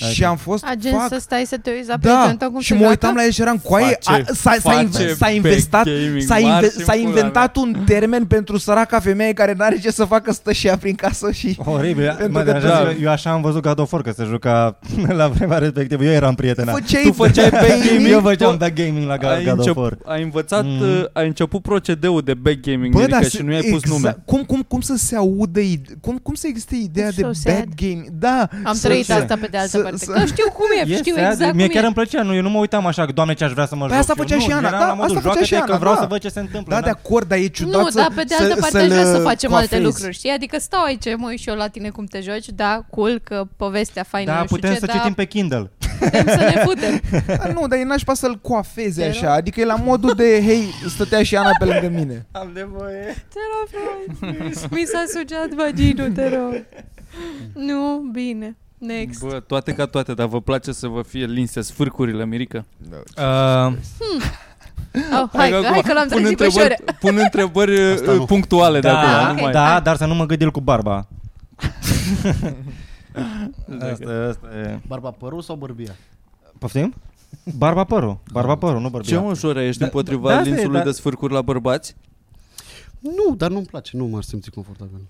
C: Hai
D: Și
C: că-
D: am fost
A: A, gen
D: fuck,
A: să stai să te uiți la
D: da,
A: prietenul tău cum
D: și
A: se
D: mă
A: joacă?
D: uitam la el și eram cu aia,
E: Face-
D: s-a, s-a, inve-
E: face
D: s-a investat,
E: pe gaming
D: s-a,
E: mari
D: inve-
E: și
D: s-a
E: în pula
D: inventat un termen pentru săraca femeie care n-are ce să facă, stă și ea prin casă și...
E: Oh,
C: Oribil,
D: Pentru
C: mă
D: că
C: deranjează,
E: da.
C: eu, eu așa am văzut God of War, că se juca la vremea respectivă, eu eram
E: da.
C: prietena.
D: Făceai
C: tu făceai
D: back
C: pe gaming,
D: gaming,
C: eu
D: tu-
C: făceam back gaming la God,
E: Ai,
C: God of War.
E: încep, ai învățat,
C: Mm.
E: mm. ai început procedeul de backgaming, Bă,
D: da,
E: adică și
D: se-
E: nu i-ai pus
D: exact.
E: nume.
D: Cum, cum, cum să se audă, ide- cum, cum să existe ideea
A: It's
D: de
A: so
D: bad
A: sad.
D: game? Da,
A: Am
D: să-
A: trăit
D: să-
A: asta pe de altă
D: să-
A: parte.
D: să-
A: Că știu cum e, știu
C: sad,
A: exact
C: Mie
A: cum
C: chiar
A: e.
C: îmi plăcea, nu, eu nu mă uitam așa, că, doamne, ce aș vrea să mă joc.
D: asta
C: eu.
D: făcea
C: nu,
D: și Ana,
C: eram
D: da,
C: la modul,
D: asta făcea
C: joacă-te
D: și Ana,
C: că vreau
D: da.
C: să văd ce se întâmplă.
D: Da, de
C: n-am-
D: acord, dar e ciudat
A: Nu,
D: să
A: dar pe de altă
D: să,
A: parte
D: să
A: aș vrea
D: le
A: să facem alte
D: coafezi.
A: lucruri, știi? Adică stau aici, mă uit și eu la tine cum te joci, da, cool, că povestea faină,
C: da,
A: nu știu
C: putem
A: ce,
C: să
A: da,
C: citim pe Kindle.
A: putem să ne putem.
D: Da, nu, dar e nașpa să-l coafeze
A: Te rog.
D: așa, adică e la modul de, hei, stătea și Ana pe lângă mine.
E: Am nevoie.
A: Te rog frumos, mi s-a sugeat vaginul, te rog. Nu, bine, next.
E: Bă, toate ca toate, dar vă place să vă fie linse sfârcurile, Mirica?
C: Uh,
A: Oh, hai, că,
E: acum
A: hai că l-am
E: pun
A: trezit pe șore.
E: întrebări, pun întrebări
B: Asta nu.
E: uh, punctuale de acum,
C: Da,
E: nu
A: ok.
E: mai.
C: da, dar să nu mă gâdil cu barba. asta, asta e.
B: Barba părul sau bărbia?
C: Poftim? Barba părul,
E: Da.
C: barba părul, nu bărbia.
E: Ce mă jură, ești
C: Da,
E: împotriva
C: da,
E: da,
C: asta e,
E: linsului
C: da.
E: de sfârcuri la bărbați?
B: Nu, dar nu-mi place, nu m-aș simți confortabil.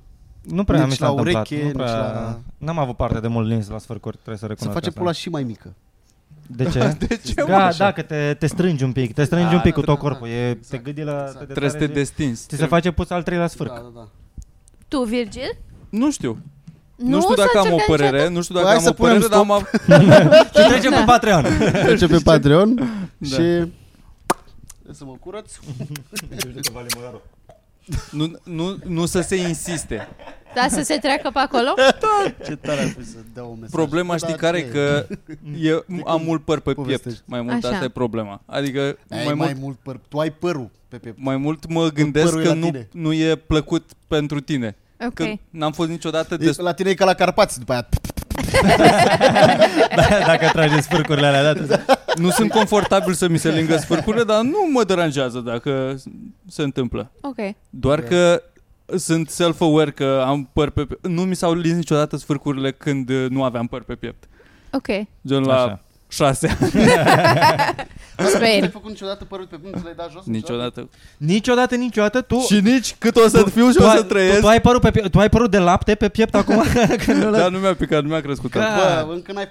C: Nu prea
B: Nici
C: mi s-a
B: la
C: întâmplat,
B: ureche,
C: nu prea...
B: nici la-
C: N-am avut parte de mult lins la sfârcuri, trebuie să
B: Să
C: recunosc
B: face
C: asta.
B: pula și mai mică.
C: De ce?
E: De ce, mă?
C: Da, da, că te, te strângi un pic, te strângi
E: Da,
C: un pic cu
E: da,
C: tot
B: da,
C: corpul,
B: da,
C: e,
B: exact,
C: te gâdi la...
B: exact.
C: te
E: Trebuie să te
C: detare și-
E: destinzi.
C: Ți se face puț al treilea sfârc.
B: Da, da, da.
A: Tu, Virgil?
E: Nu știu.
A: Nu,
E: Nu, știu
A: s-a
E: dacă am o
A: încercat
E: părere,
A: niciodată?
E: nu știu
B: Păi
E: dacă
B: hai
E: am
B: să
E: o părere,
B: punem
E: dar am...
C: Și trecem pe Patreon.
B: Trece pe Patreon și... Să mă curăț.
E: Nu, nu, nu să se insiste.
A: Da, să se treacă pe acolo?
B: Ce tare ar fi să dea un mesaj.
E: Problema știi
B: Da,
E: care
B: ce?
E: că eu am mult păr pe piept,
B: povestești.
E: mai mult
A: Așa.
E: asta e problema. Adică
B: Ai
E: mai mult
B: mult păr. Tu ai părul pe piept.
E: mai mult mă gândesc
B: părul e
E: că
B: la
E: nu,
B: tine.
E: nu e plăcut pentru tine. Că
A: Ok.
E: n-am fost niciodată
B: Deci,
E: destul.
B: la tine e ca la Carpați după aia.
C: Da, dacă tragi sfârcurile alea, da. da.
E: Nu sunt confortabil să mi se lingă sfârcurile, dar nu mă deranjează dacă s- se întâmplă.
A: Ok.
B: Da.
E: Doar că sunt self-aware că am păr pe piept. Nu mi s-au lins niciodată sfârcurile când uh, nu aveam păr pe piept.
A: Ok.
E: Gen la
C: Așa.
E: șase ani.
B: N-ai
A: Sper.
B: făcut niciodată părul pe piept, nu ți l-ai dat jos?
E: Niciodată.
C: Niciodată, niciodată tu...
E: Și nici cât o să fiu și
C: tu
E: o
C: ai-
E: să
C: Tu,
E: trăiesc.
C: tu, ai părut pe, pie- tu ai părut de lapte pe piept acum? că nu l-
E: Dar nu mi-a picat, nu mi-a crescut.
C: Ca-
B: Bă, încă n-ai...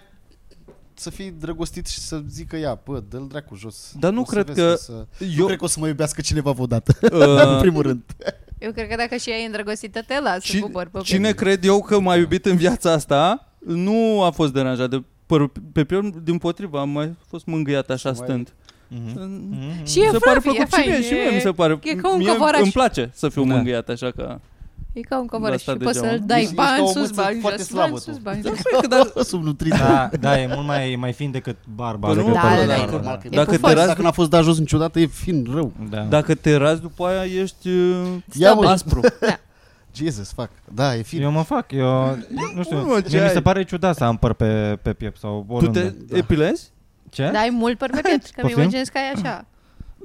B: să fii drăgostit și să zică ea, bă, dă-l dracu jos.
E: Dar nu
B: O să
E: cred
B: vezi
E: că-
B: o Să... Eu... Nu
E: Eu,
B: cred că o să mă iubească cineva vreodată, în
E: uh,
B: primul rând.
A: Eu cred că dacă și ea e îndrăgostită, te las
E: Ci-
A: să cobor pe
E: Cine cred eu că m-a iubit în viața asta nu a fost deranjat de părul pe pion, din potrivă, am mai fost mângâiat așa
B: Mai-
E: stând.
C: Mhm.
E: Mi
C: Mhm.
A: Și e
E: se pare
A: frumos, e
E: plăcut
A: fain,
E: și mie, și mie mi se pare.
A: e ca un
E: mie
A: covoraș.
E: îmi place să fiu
C: Da.
E: mângâiat așa că...
A: E ca un
E: De
A: covoraș
E: asta
A: și poți
E: degeaba.
A: să-l dai
B: Ești- ești ca
A: bani
B: o
A: sus,
B: măță
A: bani
B: foarte
A: jos,
B: slabă
A: bani
B: tu.
A: sus, bani
E: Da,
A: jos.
E: păi, că da-
B: Subnutrit.
C: Da, da, e mult mai, mai fin decât barba.
E: Bă, nu,
C: decât
A: da,
C: părul
A: da,
C: de
A: da, e
C: barba,
B: normal că-
E: Dacă te
A: Păi,
E: razi,
B: Dacă n-a fost dat jos niciodată, e fin rău.
C: Da. da.
E: dacă te razi după aia ești uh,
B: Ia mă,
E: aspru.
B: Jesus, fac. Da, e fin.
C: Eu mă fac, eu nu știu,
E: Mamă,
C: mie
E: ce
C: mi se
E: ai?
C: pare ciudat să am păr pe, pe piept sau
E: Tu
C: oriunde.
E: te epilezi?
C: Ce?
A: Dai mult păr pe piept, că mi
C: Poftim?
A: imaginez că ai așa.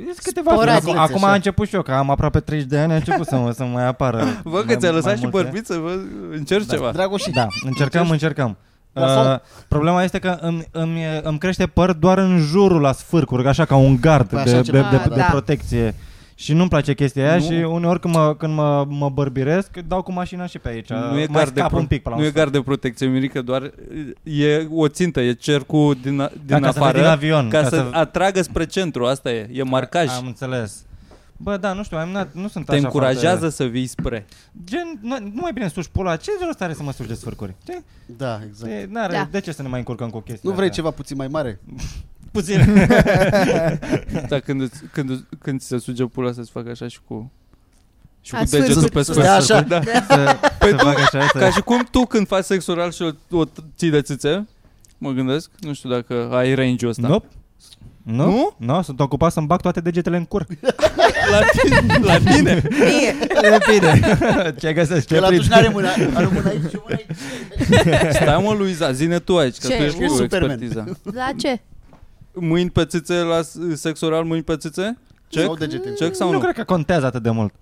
C: Sunt câteva
B: Sporadic.
C: acum, acum
B: Așa.
C: a început și eu, că am aproape 30 de ani, a început să, mă- să mai apară.
E: Vă că
C: mai-
E: ți-a
C: mai
E: lăsat și
C: multe.
E: bărbiță, vă încerci
C: Da.
E: ceva.
B: Dragoș,
C: Da, încercăm, încercăm.
B: Deci La
C: Uh, problema este că îmi, îmi, îmi crește păr doar în jurul la sfârcuri, așa ca un gard
B: Păi
C: de,
B: așa
C: de,
B: ceva,
C: de, de
A: da.
C: protecție. Și nu-mi place chestia aia
E: Nu.
C: și uneori când mă, când mă, mă bărbiresc, dau cu mașina și pe aici.
E: Nu e
C: mai
E: gard de,
C: scap
E: pro-
C: un pic pe la
E: nu
C: un
E: e
C: sfert.
E: gard de protecție, Mirica, doar uh, e o țintă, e cercul din, a- din
C: Da, ca să
E: afară.
C: vezi din avion,
E: Ca, să, atragă spre centru, asta e, e marcaj.
C: Am înțeles. Bă, da, nu știu, I'm not, nu sunt
E: Te
C: așa
E: încurajează
C: Foarte...
E: să vii spre.
C: Gen, nu, nu mai bine suși pula, ce rost are să mă suși de sfârcuri? Ce?
B: Da, exact.
C: E, n-are,
A: Da.
C: De ce să ne mai încurcăm cu chestia
B: Nu vrei ceva puțin mai mare?
C: Puțin.
E: Dar Da, când, îți- când, îți- când ți se suge pula să-ți facă așa și cu... Și cu
A: Ați
E: degetul
A: văzut?
E: pe
A: Da,
E: sus.
B: așa.
E: Da.
C: să,
E: Păi
C: să
E: tu-
C: fac așa, să...
E: Ca și cum tu când faci sex oral și o, o ții de țâțe, mă gândesc, nu știu dacă ai range-ul ăsta.
C: Nope. Nu?
E: Nu?
C: Nu? No, sunt ocupat să-mi bag toate degetele în cur.
E: La tine, la tine.
C: E bine. Ce găsesc? Ce
B: El atunci
C: prind?
B: n-are mâna, are mâna aici și mâna aici.
E: Stai mă, Luiza, zine tu aici, că
A: Ce?
E: tu ești
B: Ești
E: cu
B: Superman.
E: expertiza.
A: La ce?
E: Mâini pe țâțe la s- sex oral, mâini pe țâțe?
B: Sau
E: Check?
B: degete.
E: Check sau
C: Nu,
E: nu?
C: nu cred că contează atât de mult.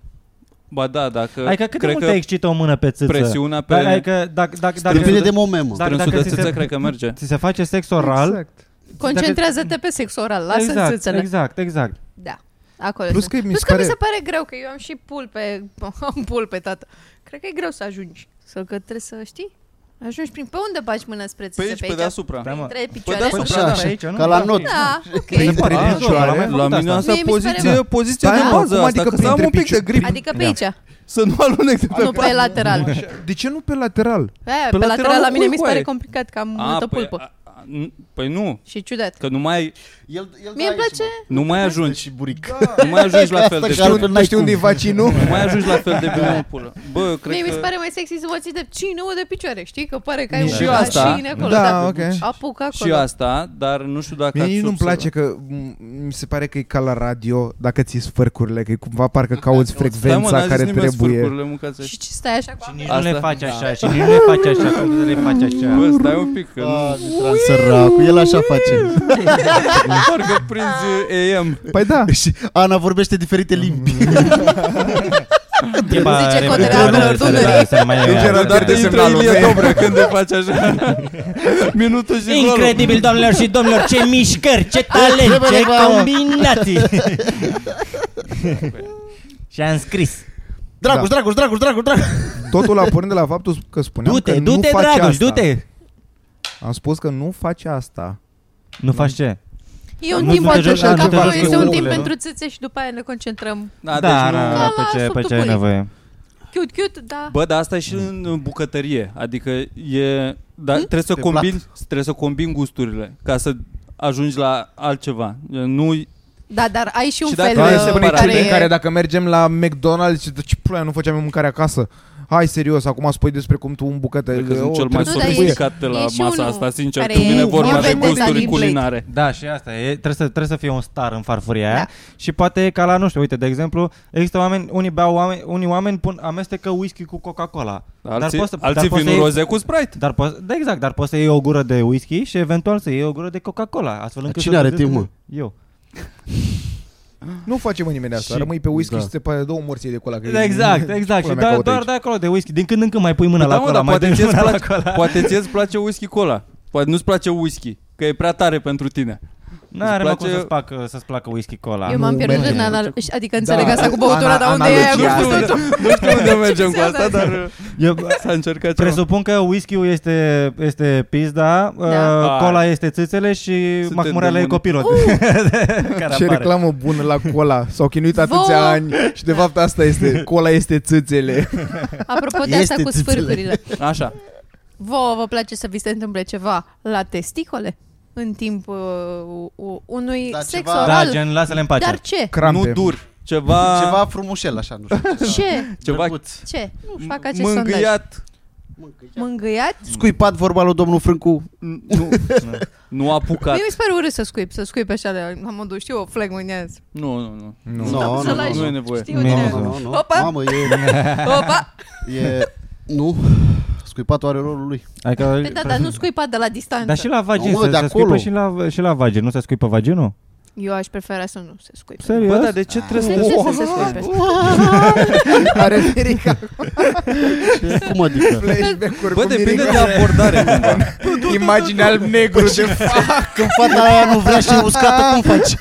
E: Ba da, dacă...
C: Adică cât de
E: cred
C: mult te
E: că
C: excită o mână pe țâță?
E: presiunea pe...
C: Dar adică dacă, dacă, dacă,
B: Depinde de
C: dacă,
B: moment, mă.
C: Dacă-
E: Trânsul de
C: ți se-
E: țâțe cred că merge.
C: ți se face sex oral...
D: Exact.
A: Concentrează-te pe sex oral, lasă
C: exact,
A: țâțele.
C: Exact, exact.
A: Da, acolo
D: Plus
A: sunt.
D: că mi se
A: Plus că mi
D: pare-
A: se pare greu, că eu am și pulpe, am pulpe, tată. Cred că e greu să ajungi, să că trebuie să știi. Ajungi prin... Pe unde baci mâna spre
E: Pe
A: țâțe?
E: Păi aici, pe
C: Da,
E: deasupra.
C: mă.
A: Trei
E: Păi
A: picioare?
E: da,
B: Așa,
E: da,
B: așa,
C: aici, nu?
B: ca la
C: Da,
B: not.
A: Da, ok.
D: Prin-
E: Ah,
D: prin
E: la,
D: picioare.
E: mine- la mine asta
A: Mie mi se pare
E: poziție,
A: bine.
E: poziție
D: Stai,
E: de
D: mă,
E: bază
D: cum
E: asta,
D: adică
E: că să am
D: printre
E: un pic de
D: picior-
E: grip,
A: Adică pe
C: Ia.
A: aici,
E: să nu alunec de da. pe
A: nu pe lateral. Aia,
D: De ce nu pe lateral?
A: Pe lateral la mine
E: cui
A: mi se pare
E: coaie?
A: complicat, că am
E: A,
A: multă
E: păi,
A: pulpă.
E: a- a- n- Păi nu,
A: Și ciudat.
E: că nu mai,
B: El, el
A: Mie îmi place...
E: nu mai
B: ajunge
E: ajungi,
B: și buric.
E: nu mai ajungi la fel de
B: Asta că
E: bine,
B: altfel n-ai
D: Nu știu unde e vacinul.
E: nu mai ajungi la fel de bine în pulă. Bă, cred
A: Mie mi se
E: că
A: pare mai sexy să mă ții de 5 de picioare, știi? Că pare că ai
E: Și
A: un
E: asta.
A: mașini acolo.
D: Da,
A: da.
D: ok.
A: Apuc acolo.
E: și asta, dar nu știu dacă
D: Mie
E: ați
D: nici nu-mi
E: observat.
D: place că m- mi se pare că e ca la radio dacă ți sfârcurile, că e cumva
A: Da.
D: parcă cauți
E: Stai, mă, n-a
D: frecvența
E: zis
D: care
E: nimeni
D: trebuie.
E: sfârcurile, mâncați
A: Și ce stai așa cu
C: Nici
E: Asta-
C: nu le faci așa, și nici nu le faci așa, că nu le faci așa.
E: Bă, stai un pic, că
B: Ah. Da,
E: nu-
B: Săracul, el așa face.
E: parcă prinzi AM.
D: Păi da.
B: și Ana vorbește diferite limbi.
C: Tipa,
A: Zice
C: repede,
A: cotele
C: repede,
A: altor
C: repede,
A: tunuri.
C: da, să mai-
D: Deci era
C: da,
D: doar
E: Dar
C: da,
E: te
D: de
C: da.
E: intră
D: semnalul
E: Ilie
D: tău.
E: Dobră când te faci așa. Minutul și golul.
F: Incredibil, doamnelor și domnilor, ce mișcări, ce talent, ce combinații! Și am scris.
B: Dragoș, Dragoș, Dragoș, Dragoș, Dragoș.
D: Totul a pornit de la faptul că spuneam
F: Du-te,
D: că nu
F: du-te,
D: face
F: Dragoș,
D: asta.
F: du-te!
D: Am spus că nu face asta.
C: Nu faci ce?
A: E un
C: Nu
A: timp
C: te joci
A: pentru
C: la
A: capul,
C: antrenament
A: este
C: cu
A: un timp
C: ouăle, nu?
A: pentru țâțe și după aia ne concentrăm.
E: Da,
C: da,
E: deci nu...
C: da, da, pe
A: Ala,
C: ce, pe
A: sub
C: ce ai
A: tupulic.
C: nevoie.
A: Cute, cute, da.
E: Bă, dar asta e și în bucătărie. Adică e... Dar trebuie să
B: Pe
E: combini, trebuie să combini gusturile ca să ajungi la altceva. Nu
A: Da, dar ai și un
E: Și dacă
A: fel
E: ai
A: uh,
D: Care
E: se
D: se
E: pune
D: pune
A: care
E: separat.
D: care,
A: e...
D: care da. dacă mergem la McDonald's, zice, "Dar ce pula nu făceam eu mâncare acasă. Hai, serios, acum spui despre cum tu un bucată.
E: cred că
D: o,
E: sunt cel mai
A: Nu,
D: trebuie
A: dar
D: să
A: e-
E: sofisticat de la
A: e și
E: masa
A: unul
E: asta, sincer.
A: care
E: Când vine
A: e-
E: vorba
A: e
E: de
A: vedeta
E: gusturi
A: din plate.
E: culinare.
C: Da, și asta e, trebuie să, trebuie să fie un star în farfuria da. aia și poate e ca la, nu știu, uite, de exemplu, există oameni, unii beau oameni, unii oameni pun, amestecă whisky cu Coca-Cola.
E: Alții,
C: poți să-
E: alții
C: poți
E: vin
C: să
E: un
C: iei-
E: roze cu Sprite.
C: Dar poți, da, exact, dar poți să iei o gură de whisky și eventual să iei o gură de Coca-Cola. Astfel încât
B: cine
C: să
B: are
C: vedeți
B: timp,
C: că-
B: mă?
C: Eu.
D: Nu facem în nimeni asta.
B: Și-
D: Rămâi pe whisky
B: da.
D: și se pare două morții de cola. că
C: Da,
D: e-
C: exact,
D: ce
C: exact. Și
D: pula mea
C: da,
D: caut
C: doar
D: aici?
C: de acolo de whisky. Din când în când mai pui mâna
E: Da,
C: la
E: mă,
C: cola,
E: dar
C: mai
E: poate
C: dai
E: ți-e
C: mâna la
E: place,
C: cola.
E: poate ți-e place whisky cola. Poate nu-ți place whisky, că e prea tare pentru tine.
C: Nu are mă cum
E: place-
C: să-ți placă, să-ți placă whisky cola.
A: Eu m-am
B: nu
A: pierdut
B: merge.
A: în anal... și- Adică
D: Da.
A: înțeleg asta cu băutura,
D: Ana-
A: dar unde e
D: analogia
A: aia
D: asta.
A: cu
E: Deci, Nu știu unde mergem cu asta,
A: înseamnă?
E: dar uh,
C: Eu,
E: s-a încercat ceva.
C: presupun că whisky-ul este, este pizda,
A: Da.
C: uh, cola este țâțele și
E: Suntem
C: mahmureala e
E: demoni.
C: copilul.
A: Uh!
C: care
G: Ce
C: apare.
G: reclamă bună la cola. S-au chinuit atâția
A: Vouă!
G: ani și de fapt asta este. Cola este țâțele.
A: Apropo de asta
B: Este
A: cu
B: țâțele.
A: sfârcurile.
E: Așa.
A: Vouă vă place să vi se întâmple ceva la testicole? În timpul uh, unui
B: Da,
A: sex
B: ceva-
A: oral?
C: Da, gen, lasă-le în pace.
A: Dar ce?
D: Crampe.
E: Nu dur. Ceva,
B: Ceva frumușel, așa, nu știu.
A: Ce?
E: ceva
B: drăguț.
A: Ce? Nu fac acest sondaj.
E: mângâiat.
A: Mângâiat?
B: Scuipat vorba lui domnul Frâncu.
E: Nu, nu apucat.
A: Mie mi se pare urât să scuip, să scuip așa de la modul, știu, o flag mâine.
E: Nu, nu, nu.
B: Nu,
A: Stau
B: nu,
A: să
B: nu,
A: lași.
E: Nu e
B: nu.
E: nevoie.
A: Știu
C: Mie-
A: de...
B: Nu, nu, nu.
A: Opa!
B: Mamă, e...
A: Opa!
B: e nu. Scuipatul are rolul lui.
C: Adică,
A: Păi da, dar nu scuipa de la distanță.
C: Dar și la vagin,
B: Nu, mă,
C: se,
B: de
C: se scuipă
B: acolo.
C: și la, și la vagin, nu se scuipă vaginul?
A: Eu aș prefera să nu se scuipe.
C: Serios?
E: Bă, dar de ce trebuie
A: De ce
E: să...
A: să se scuipe?
G: Are verica
B: Cum adică?
G: flashback-uri
E: Bă,
G: cu
E: depinde
G: mirigoare.
E: de abordare cumva.
G: Imagine alb-negru de fapt.
B: Când fata aia nu vrea și e uscată, cum faci?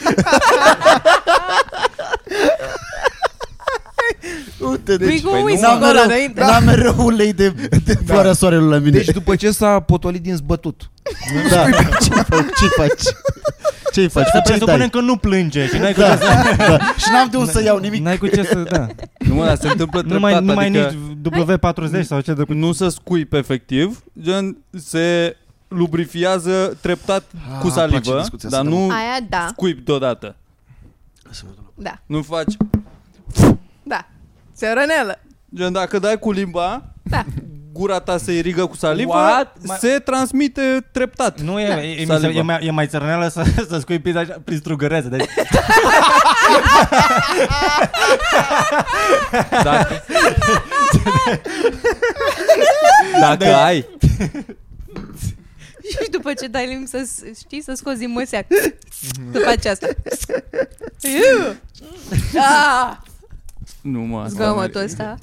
B: Uite,
A: Deci,
B: deci...
A: cu whisky
B: N-am
A: acolo
B: mereu,
A: înainte.
B: n-am mereu ulei de, de floarea soarelui la mine.
D: Da. Deci după ce s-a potolit din zbătut.
B: da. ce faci? Ce faci? Ce faci?
C: Să
B: Cu ce
C: presupunem
B: dai?
C: că nu plânge și n-ai cu
B: Da,
C: ce să...
B: da. Și n-am de unde să iau nimic.
C: N-ai cu ce să... Da.
E: Nu, mă, dar se întâmplă
C: Nu mai,
E: Păi treptat,
C: nu mai nici
E: adică
C: W40 sau ce de cu...
E: nu se scuip efectiv, gen se lubrifiază treptat cu
B: îmi place
E: salivă,
B: discuția
E: dar
B: asta,
E: nu
A: Aia, da,
E: scuip deodată.
A: da,
E: Nu faci...
A: da. Țărănelă.
E: Gen, dacă dai cu limba,
A: Da.
E: gura ta se irigă cu saliva,
C: What?
E: se transmite treptat.
C: Nu e, e, mi se-
E: Saliva.
C: e, mai, e mai țărneală să, să scui pizza așa, prin strugărețe. Deci,
E: Dacă, dacă ai,
A: Și după ce dai limb să știi să scoți din măsea. După aceasta. Iu! Ah!
E: nu mă.
A: Zgomotul ăsta.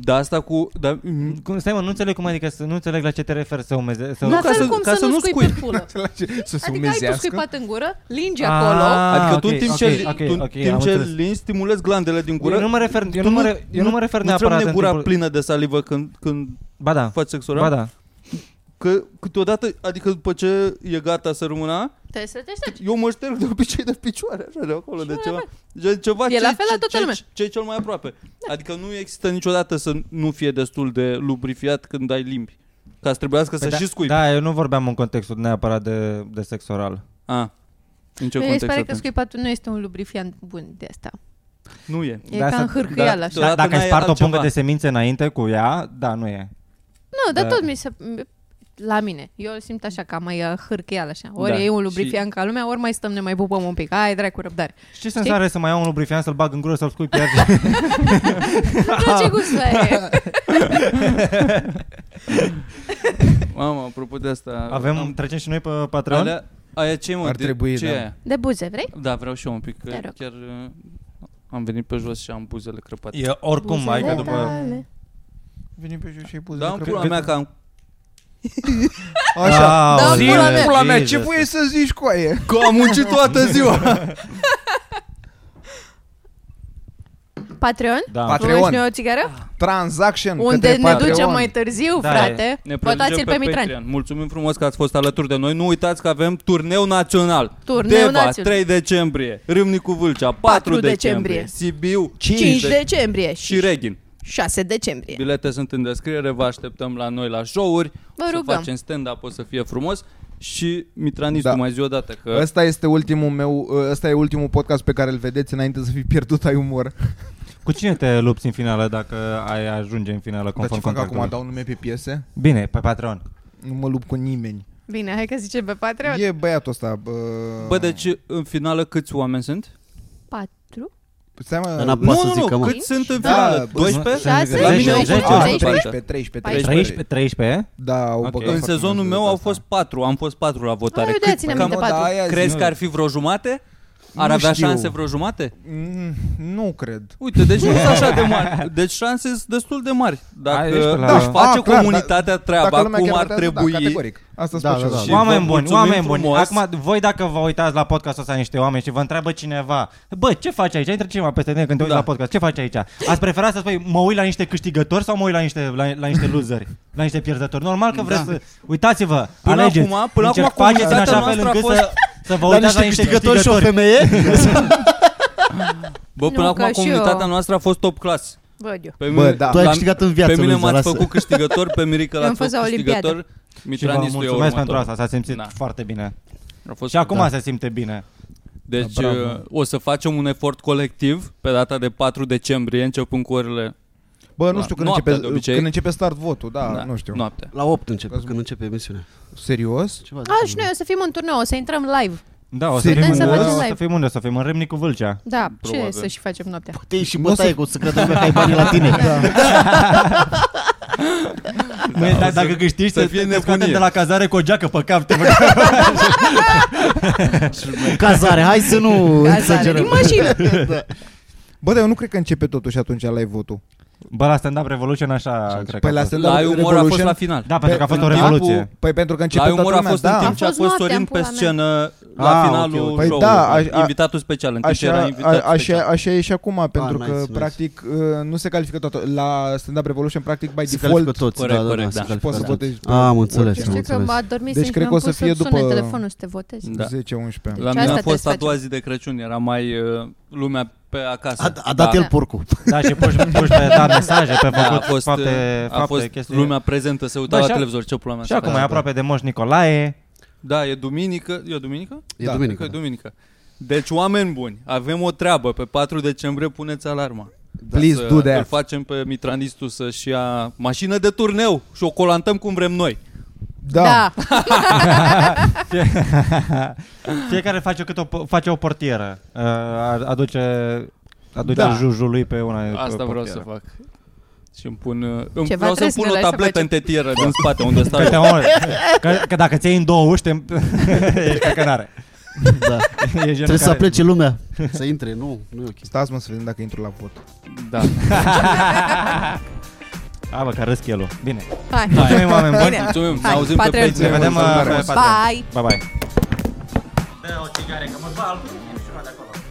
E: Da, asta cu... Da,
C: cum, stai mă, nu înțeleg cum adică, să, nu înțeleg la ce te referi să umeze. Să...
A: La
E: ca
A: fel
E: să-
A: cum
E: ca
A: să
E: să
A: nu da.
E: nu
A: scui
E: scuip.
A: pe pulă.
D: Să
A: Adică
D: se
A: ai tu
D: umezească.
A: scuipat în gură, lingi
C: Ah,
A: acolo.
E: adică tu
C: ok,
E: în timp
C: ok,
E: ce,
C: ok,
E: tu,
C: ok,
E: în
C: am
E: timp ce
C: înțeles.
E: lini stimulezi glandele din gură,
C: Eu nu mă refer, eu
E: tu
C: nu mă, re, eu nu mă refer
E: nu-ți rămâne
C: neapărat în
E: gura
C: timpul-
E: plină de salivă când, când
C: Ba da,
E: faci sex oral.
C: ba da.
E: Că câteodată, adică după ce e gata să rămâna,
A: Trebuie să te ștergi.
E: eu mă șterg de obicei de picioare, așa, de acolo, de
A: la
E: ceva. De ceva
A: E la
E: ce-
A: fel la
E: ce-
A: toată
E: ce-
A: lumea. Da.
E: Ce e cel mai aproape. Adică nu există niciodată să nu fie destul de lubrifiat când ai limbi. Ca să trebuiască să
C: da,
E: și scuipi.
C: Da, eu nu vorbeam în contextul neapărat de, de sex oral.
E: A, Ah, în ce
A: Mie mi se
E: context
A: Păi pare că
E: atunci?
A: scuipatul nu este un lubrifiant bun de asta.
E: Nu e.
A: E ca
C: Da, asta-
A: în hârcâială
E: da,
A: așa.
E: da.
C: Da,
E: Totodată
C: dacă ai
E: n-ai
C: spart o
E: altceva.
C: pungă de semințe înainte cu ea, da, nu e.
A: Nu, dar
C: Da.
A: tot mi se... La mine. Eu îl simt așa, ca mai uh, hârcheal așa. Ori
E: Da,
A: e un
E: și-
A: lubrifiant ca lumea, ori mai stăm, ne mai pupăm un pic. Ai, dracu, răbdare.
C: Și ce sens are să mai iau un lubrifiant, să-l bag în gură, să-l scui pe ea?
A: Nu, ce gust are.
E: Mamă, apropo de asta...
C: Avem,
E: am-
C: trecem și noi pe Patreon?
E: alea, aia ce mă?
D: Ar
E: de-
D: trebui,
E: ce
D: da.
E: e aia?
A: De buze, vrei?
E: Da, vreau și eu un pic, că
A: Te rog.
E: chiar uh, am venit pe jos și am buzele crăpate.
C: E oricum, mai că
A: Buzele
C: după...
A: tale.
D: Vine pe jos și ai pus
E: Da, în pula mea că am...
G: Așa.
A: Da,
C: zi,
A: pula mea.
G: Pula mea, ce
C: Jesus.
G: voie să zici cu aia?
E: Că am muncit toată ziua!
A: Patreon?
E: Ah.
C: Da.
D: Pat-
A: Vă mai
D: Patreon.
A: noi o țigară?
D: Da.
G: Transaction
A: Deci Unde
G: către
A: ne
G: Patreon.
A: ducem mai târziu,
C: Da,
A: frate.
E: Ne
A: Votați-l
E: prelungim
A: pe
E: pe
A: Mitran.
E: Patreon. Mulțumim frumos că ați fost alături de noi. Nu uitați că avem turneu național.
A: Turneu
E: Deva,
A: național.
E: 3 decembrie. Râmnicu Vâlcea, 4,
A: 4
E: decembrie.
A: decembrie.
E: Sibiu,
A: 5 decembrie și
E: și Reghin.
A: 6 decembrie.
E: Bilete sunt în descriere, vă așteptăm la noi la show-uri.
A: Vă
E: să
A: rugăm.
E: facem stand-up, o să fie frumos. Și Mitranis,
D: Da.
E: tu mai zi o dată că...
D: Ăsta este ultimul meu, ăsta e ultimul podcast pe care îl vedeți înainte să fii pierdut ai umor.
C: Cu cine te lupți în finală dacă ai ajunge în finală
D: Dar ce
C: conform
D: fac
C: contractului?
D: acum, dau nume pe piese?
C: Bine, pe Patreon.
D: Nu mă lupt cu nimeni.
A: Bine, hai că zicem pe Patreon.
D: E băiatul ăsta. Bă,
E: Bă, deci în finală câți oameni sunt?
A: 4,
D: Stai mă,
B: Dar n-a poate să zică, mă.
E: câți sunt în
A: Da,
E: finală?
D: bă,
E: 12?
A: șase,
E: La mine au
A: șase,
E: fost
A: șase,
D: 13,
E: 12.
D: 13,
C: 13? 13?
D: Da, au
C: Ok.
D: băgat
E: În
D: foarte
E: sezonul
D: mult
E: meu au
D: asta.
E: fost 4, am fost 4 la votare.
A: Ai,
E: Cât-
A: uite, ține
E: cam-
A: minte, patru.
D: aia
E: Crezi
D: zi,
E: că ar fi vreo jumate? Ar
D: Nu
E: avea
D: știu.
E: șanse vreo jumate?
D: Mm, Nu cred.
E: Uite, deci nu sunt așa de mari. Deci șanse sunt destul de mari.
C: Ai,
E: Dacă
C: ești la-
E: da, își face
G: Ah, clar,
E: comunitatea treaba
G: Dacă lumea
E: cum
G: chiar
E: ar
G: votează,
E: trebui.
G: Da, categoric.
D: Asta
B: Da,
D: spun și
B: da,
D: eu.
B: da.
E: Și-
C: Oameni
E: vă
C: buni,
E: mulțumim
C: oameni buni.
E: frumos.
C: Acum, voi dacă vă uitați la podcastul ăsta niște oameni și vă întreabă cineva, bă, ce faci aici? Intră cineva peste tine când te uiți
E: Da.
C: la podcast, ce faci aici? Ați prefera să spui, mă uit la niște câștigători sau mă uit la niște, la, la niște loseri? La niște pierzători? Normal că vreți
E: Da.
C: să... Uitați-vă,
E: Până
C: alegeți.
E: acum- până acum
C: Încerc- faceți în
E: comunitatea
C: așa fel
E: noastră a
C: încât
E: fost
C: să, să vă uitați la niște câștigători.
B: și o femeie?
E: Bă, până
A: Nu,
E: acum
A: că și
E: comunitatea
A: eu.
E: noastră a fost top class.
A: Văd eu.
E: Pe
B: Bă, da. Tu ai
E: la-
B: câștigat în viață,
E: Pe mine
B: Luiza,
E: m-ați
B: lasă.
E: făcut câștigător, pe Mirica
A: Eu
E: l-ați
A: am fost
E: făcut
A: la Olimpiadă.
E: câștigător.
C: Și vă
E: Mitran este
C: mulțumesc pentru
E: următorul.
C: asta, s-a simțit
E: Da.
C: foarte bine.
E: A fost-
C: Și acum
E: da.
C: se simte bine.
E: Deci
D: Da, bravo.
E: uh, o să facem un efort colectiv pe data de 4 decembrie, începând cu orele
G: Bă,
E: Da.
G: nu știu când
E: Noaptea,
G: începe,
E: de obicei.
G: când începe start votul, da, nu știu.
E: noapte.
B: La 8 începe, când începe emisiunea.
D: Serios?
B: Ceva de
A: A, și
B: genul.
A: noi o să fim în turneu, o să intrăm live.
C: Da, o să
D: Serios?
C: fim unde,
A: Putem să facem
C: o să
A: live.
C: fim unde, o să fim în Râmnicu Vâlcea.
A: Da,
E: Probabil.
A: ce să și facem noaptea?
B: Te ieși și bătaie cu secretul meu că ai banii la tine.
C: Măi, da, dacă câștigi,
E: să
C: să
E: fie
C: fie
E: nebunie.
C: de la cazare cu o geacă pe cap. Te
B: Cazare, hai să nu
A: Cazare,
B: exagerăm.
A: din mașină.
D: Bă, dar eu nu cred că începe totuși atunci live votul.
C: Bă, la Stand Up Revolution așa,
D: Păi
C: cred că a
D: la
C: fost.
D: Stand Up
E: La umor a fost
D: Revolution-
E: la final.
C: Da, pentru că a fost o
D: în
C: revoluție.
D: timpul- Păi pentru că
E: La
D: începe toată
E: umor a
D: lumea,
E: fost în
D: da.
E: timp ce
A: A
E: a
A: fost
E: fost
A: noaptea,
E: Sorin
A: în
E: pe
A: pula mea.
E: scenă la
D: Ah,
E: finalul
D: ok, ok. Păi
E: show-ului,
D: da, aș- a-
E: invitatul special, în timp ce era
D: Așa,
E: invitatul
D: a, așa,
E: special.
D: așa e și acum, pentru
B: Ah,
D: că
B: nice, nice.
D: practic uh, nu se califică toată. La Stand Up Revolution, practic, by
B: Se
D: default,
B: califică toți,
E: Corect,
B: da, da,
E: corect,
B: da. se
E: da.
B: califică
D: poți să
B: toți.
D: votezi. pe
B: Am înțeles,
D: orice.
B: am
A: Știu că
B: înțeles.
A: m-a adormit
D: Deci
A: deci
D: cred
A: cred
D: că o să fie după-
A: Sune telefonul să te votezi.
E: Da.
D: 10-11.
E: La
A: Deci
E: mine
A: asta
E: a fost a
A: trebuie să
E: doua
A: facem.
E: zi de Crăciun, era mai uh, lumea pe acasă.
B: A, a dat
A: Da.
B: el porcul.
C: Da, și puși, puși pe da, mesaje, pe
E: Da, a
C: făcut
E: fost,
C: fapte,
E: uh, a
C: fapte,
E: fost
C: chestii.
E: lumea prezentă, se uita
C: Da,
E: la
C: și a-
E: televizor, ce pula mea
C: Și
E: să
C: acum e
E: faci?
C: aproape de Moș Nicolae.
E: Da, e duminică, e o duminică?
B: E
D: Da,
E: Că e
B: duminică.
E: duminică. Deci, oameni buni, avem o treabă. Pe 4 decembrie puneți alarma. Da,
D: Please
E: să
D: do that.
E: Îl facem pe Mitranistul să-și ia mașină de turneu și o colantăm cum vrem noi.
A: Da.
C: Fiecare face, cât o, face o portieră. Uh, aduce aduce
E: Da.
C: da. jujul lui pe una pe
E: Asta vreau
C: portieră.
E: să fac. Și îmi pun... uh, Îmi
A: Ceva
E: vreau să
A: trebuie să
E: pun
A: ne
E: o
A: lași să
E: tabletă
A: facem.
E: în tetieră din spate unde stau
C: Că, te
E: eu.
C: omori. că, că dacă ți iei în două uși, te... ești căcănare.
B: Da.
C: Ești genul
B: Trebuie să
C: care-
B: plece lumea. Să intre, nu, nu e ok.
D: Stați mă să vedem dacă intru la vot.
E: Da.
C: A, bă, că râs chelul. Bine.
A: Hai.
E: Da,
C: Mulțumim, oameni buni.
A: Bine.
E: Mulțumim, ne
A: Hai,
E: auzim pe
A: Patreon.
E: Patreon.
C: Ne vedem uh, pe Patreon.
A: Bye.
C: Bye, bye.